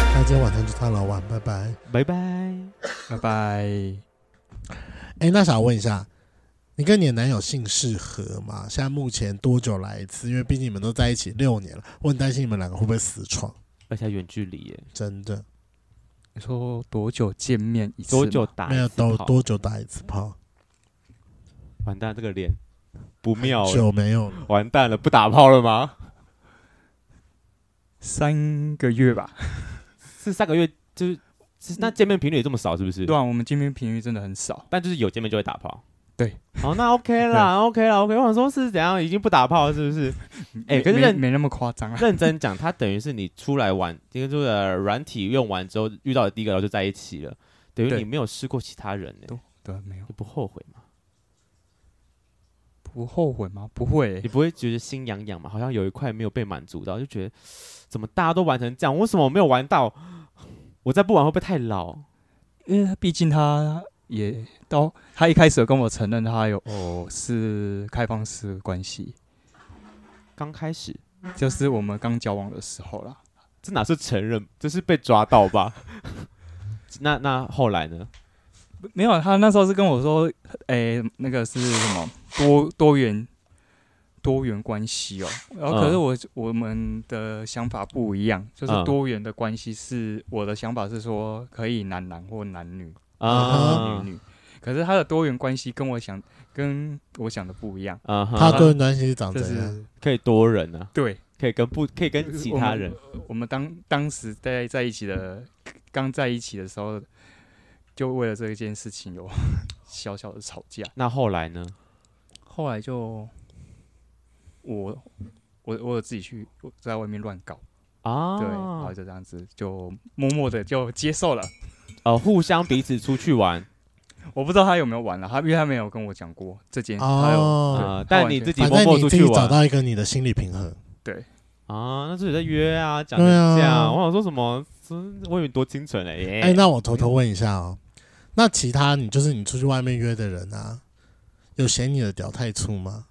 Speaker 2: 那今天晚上就到了，晚安，拜拜。
Speaker 1: 拜拜。
Speaker 3: 拜拜。
Speaker 2: 哎、那想问一下，你跟你的男友姓氏合吗？现在目前多久来一次？因为毕竟你们都在一起六年了，我很担心你们两个会不会死闯，
Speaker 1: 而且还远距离耶，
Speaker 2: 真的。
Speaker 3: 你说多久见面一次？
Speaker 1: 多久？打一次
Speaker 2: 没有都
Speaker 1: 炮啊
Speaker 2: 多久打一次炮？
Speaker 1: 完蛋，这个脸不妙了，
Speaker 2: 久没有了，
Speaker 1: 完蛋了，不打炮了吗？
Speaker 3: 三个月吧。
Speaker 1: 是三个月，就是是那见面频率也这么少，是不是？
Speaker 3: 对啊，我们见面频率真的很少。
Speaker 1: 但就是有见面就会打炮。
Speaker 3: 对，
Speaker 1: 好，那 OK 啦，OK 啦，OK。我想说是怎样，已经不打炮了是不是？哎
Speaker 3: 没
Speaker 1: 可是
Speaker 3: 没
Speaker 1: 认
Speaker 3: 没那么夸 张啊。
Speaker 1: 认真讲，它等于是你出来玩，这个这个软体用完之后遇到的第一个，然后就在一起了，等于
Speaker 3: 对
Speaker 1: 你没有试过其他人呢、
Speaker 3: 对对，啊没有
Speaker 1: 你不后悔吗？
Speaker 3: 不后悔吗？不会欸、
Speaker 1: 你不会觉得心痒痒吗？好像有一块没有被满足到，就觉得怎么大家都玩成这样，为什么我没有玩到？我再不玩会不会太老？
Speaker 3: 因为毕竟他也到他一开始有跟我承认他有哦是开放式关系，
Speaker 1: 刚开始
Speaker 3: 就是我们刚交往的时候啦。
Speaker 1: 这哪是承认，这是被抓到吧？ 那那后来呢？
Speaker 3: 没有，他那时候是跟我说，诶、那个是什么多多元多元关系哦。然后可是
Speaker 1: 嗯
Speaker 3: 我、我们的想法不一样，就是
Speaker 1: 嗯
Speaker 3: 多元的关系是我的想法是说可以男男或男女
Speaker 1: 啊
Speaker 3: 女女，可是他的多元关系跟我想跟我想的不一样。
Speaker 1: 啊哈，
Speaker 2: 他对关系
Speaker 1: 哦
Speaker 2: 长怎
Speaker 3: 就
Speaker 2: 样？
Speaker 1: 可以多人啊，
Speaker 3: 对，
Speaker 1: 可以跟不可以跟其他人
Speaker 3: 我们当当时在在一起的刚在一起的时候，就为了这一件事情有 小小的吵架。
Speaker 1: 那后来呢？
Speaker 3: 后来就我我我有自己去我在外面乱搞，
Speaker 1: 啊，
Speaker 3: 对，然后就这样子就默默的就接受了。
Speaker 1: 呃，互相彼此出去玩
Speaker 3: 我不知道他有没有玩了、他因为他没有跟我讲过这件，他有
Speaker 2: 哦，
Speaker 1: 啊
Speaker 3: 对，
Speaker 1: 但
Speaker 3: 他完
Speaker 1: 你
Speaker 3: 全
Speaker 1: 自己
Speaker 2: 反
Speaker 1: 默
Speaker 2: 正
Speaker 1: 默
Speaker 2: 你
Speaker 1: 出
Speaker 2: 自
Speaker 1: 去
Speaker 2: 己找
Speaker 1: 玩
Speaker 2: 到一个你的心理平衡。
Speaker 1: 啊，那就是在约啊，讲成
Speaker 2: 对啊
Speaker 1: 这样，我想说什么？真我以为多清纯嘞，耶
Speaker 2: 哎、那我偷偷问一下哦，那其他你就是你出去外面约的人啊，有嫌你的屌太粗吗？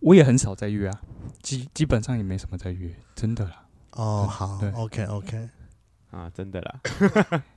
Speaker 3: 我也很少在约啊，基基本上也没什么在约，真的啦。
Speaker 2: 哦，好
Speaker 3: 对
Speaker 2: ，OK OK，
Speaker 1: 啊，真的啦，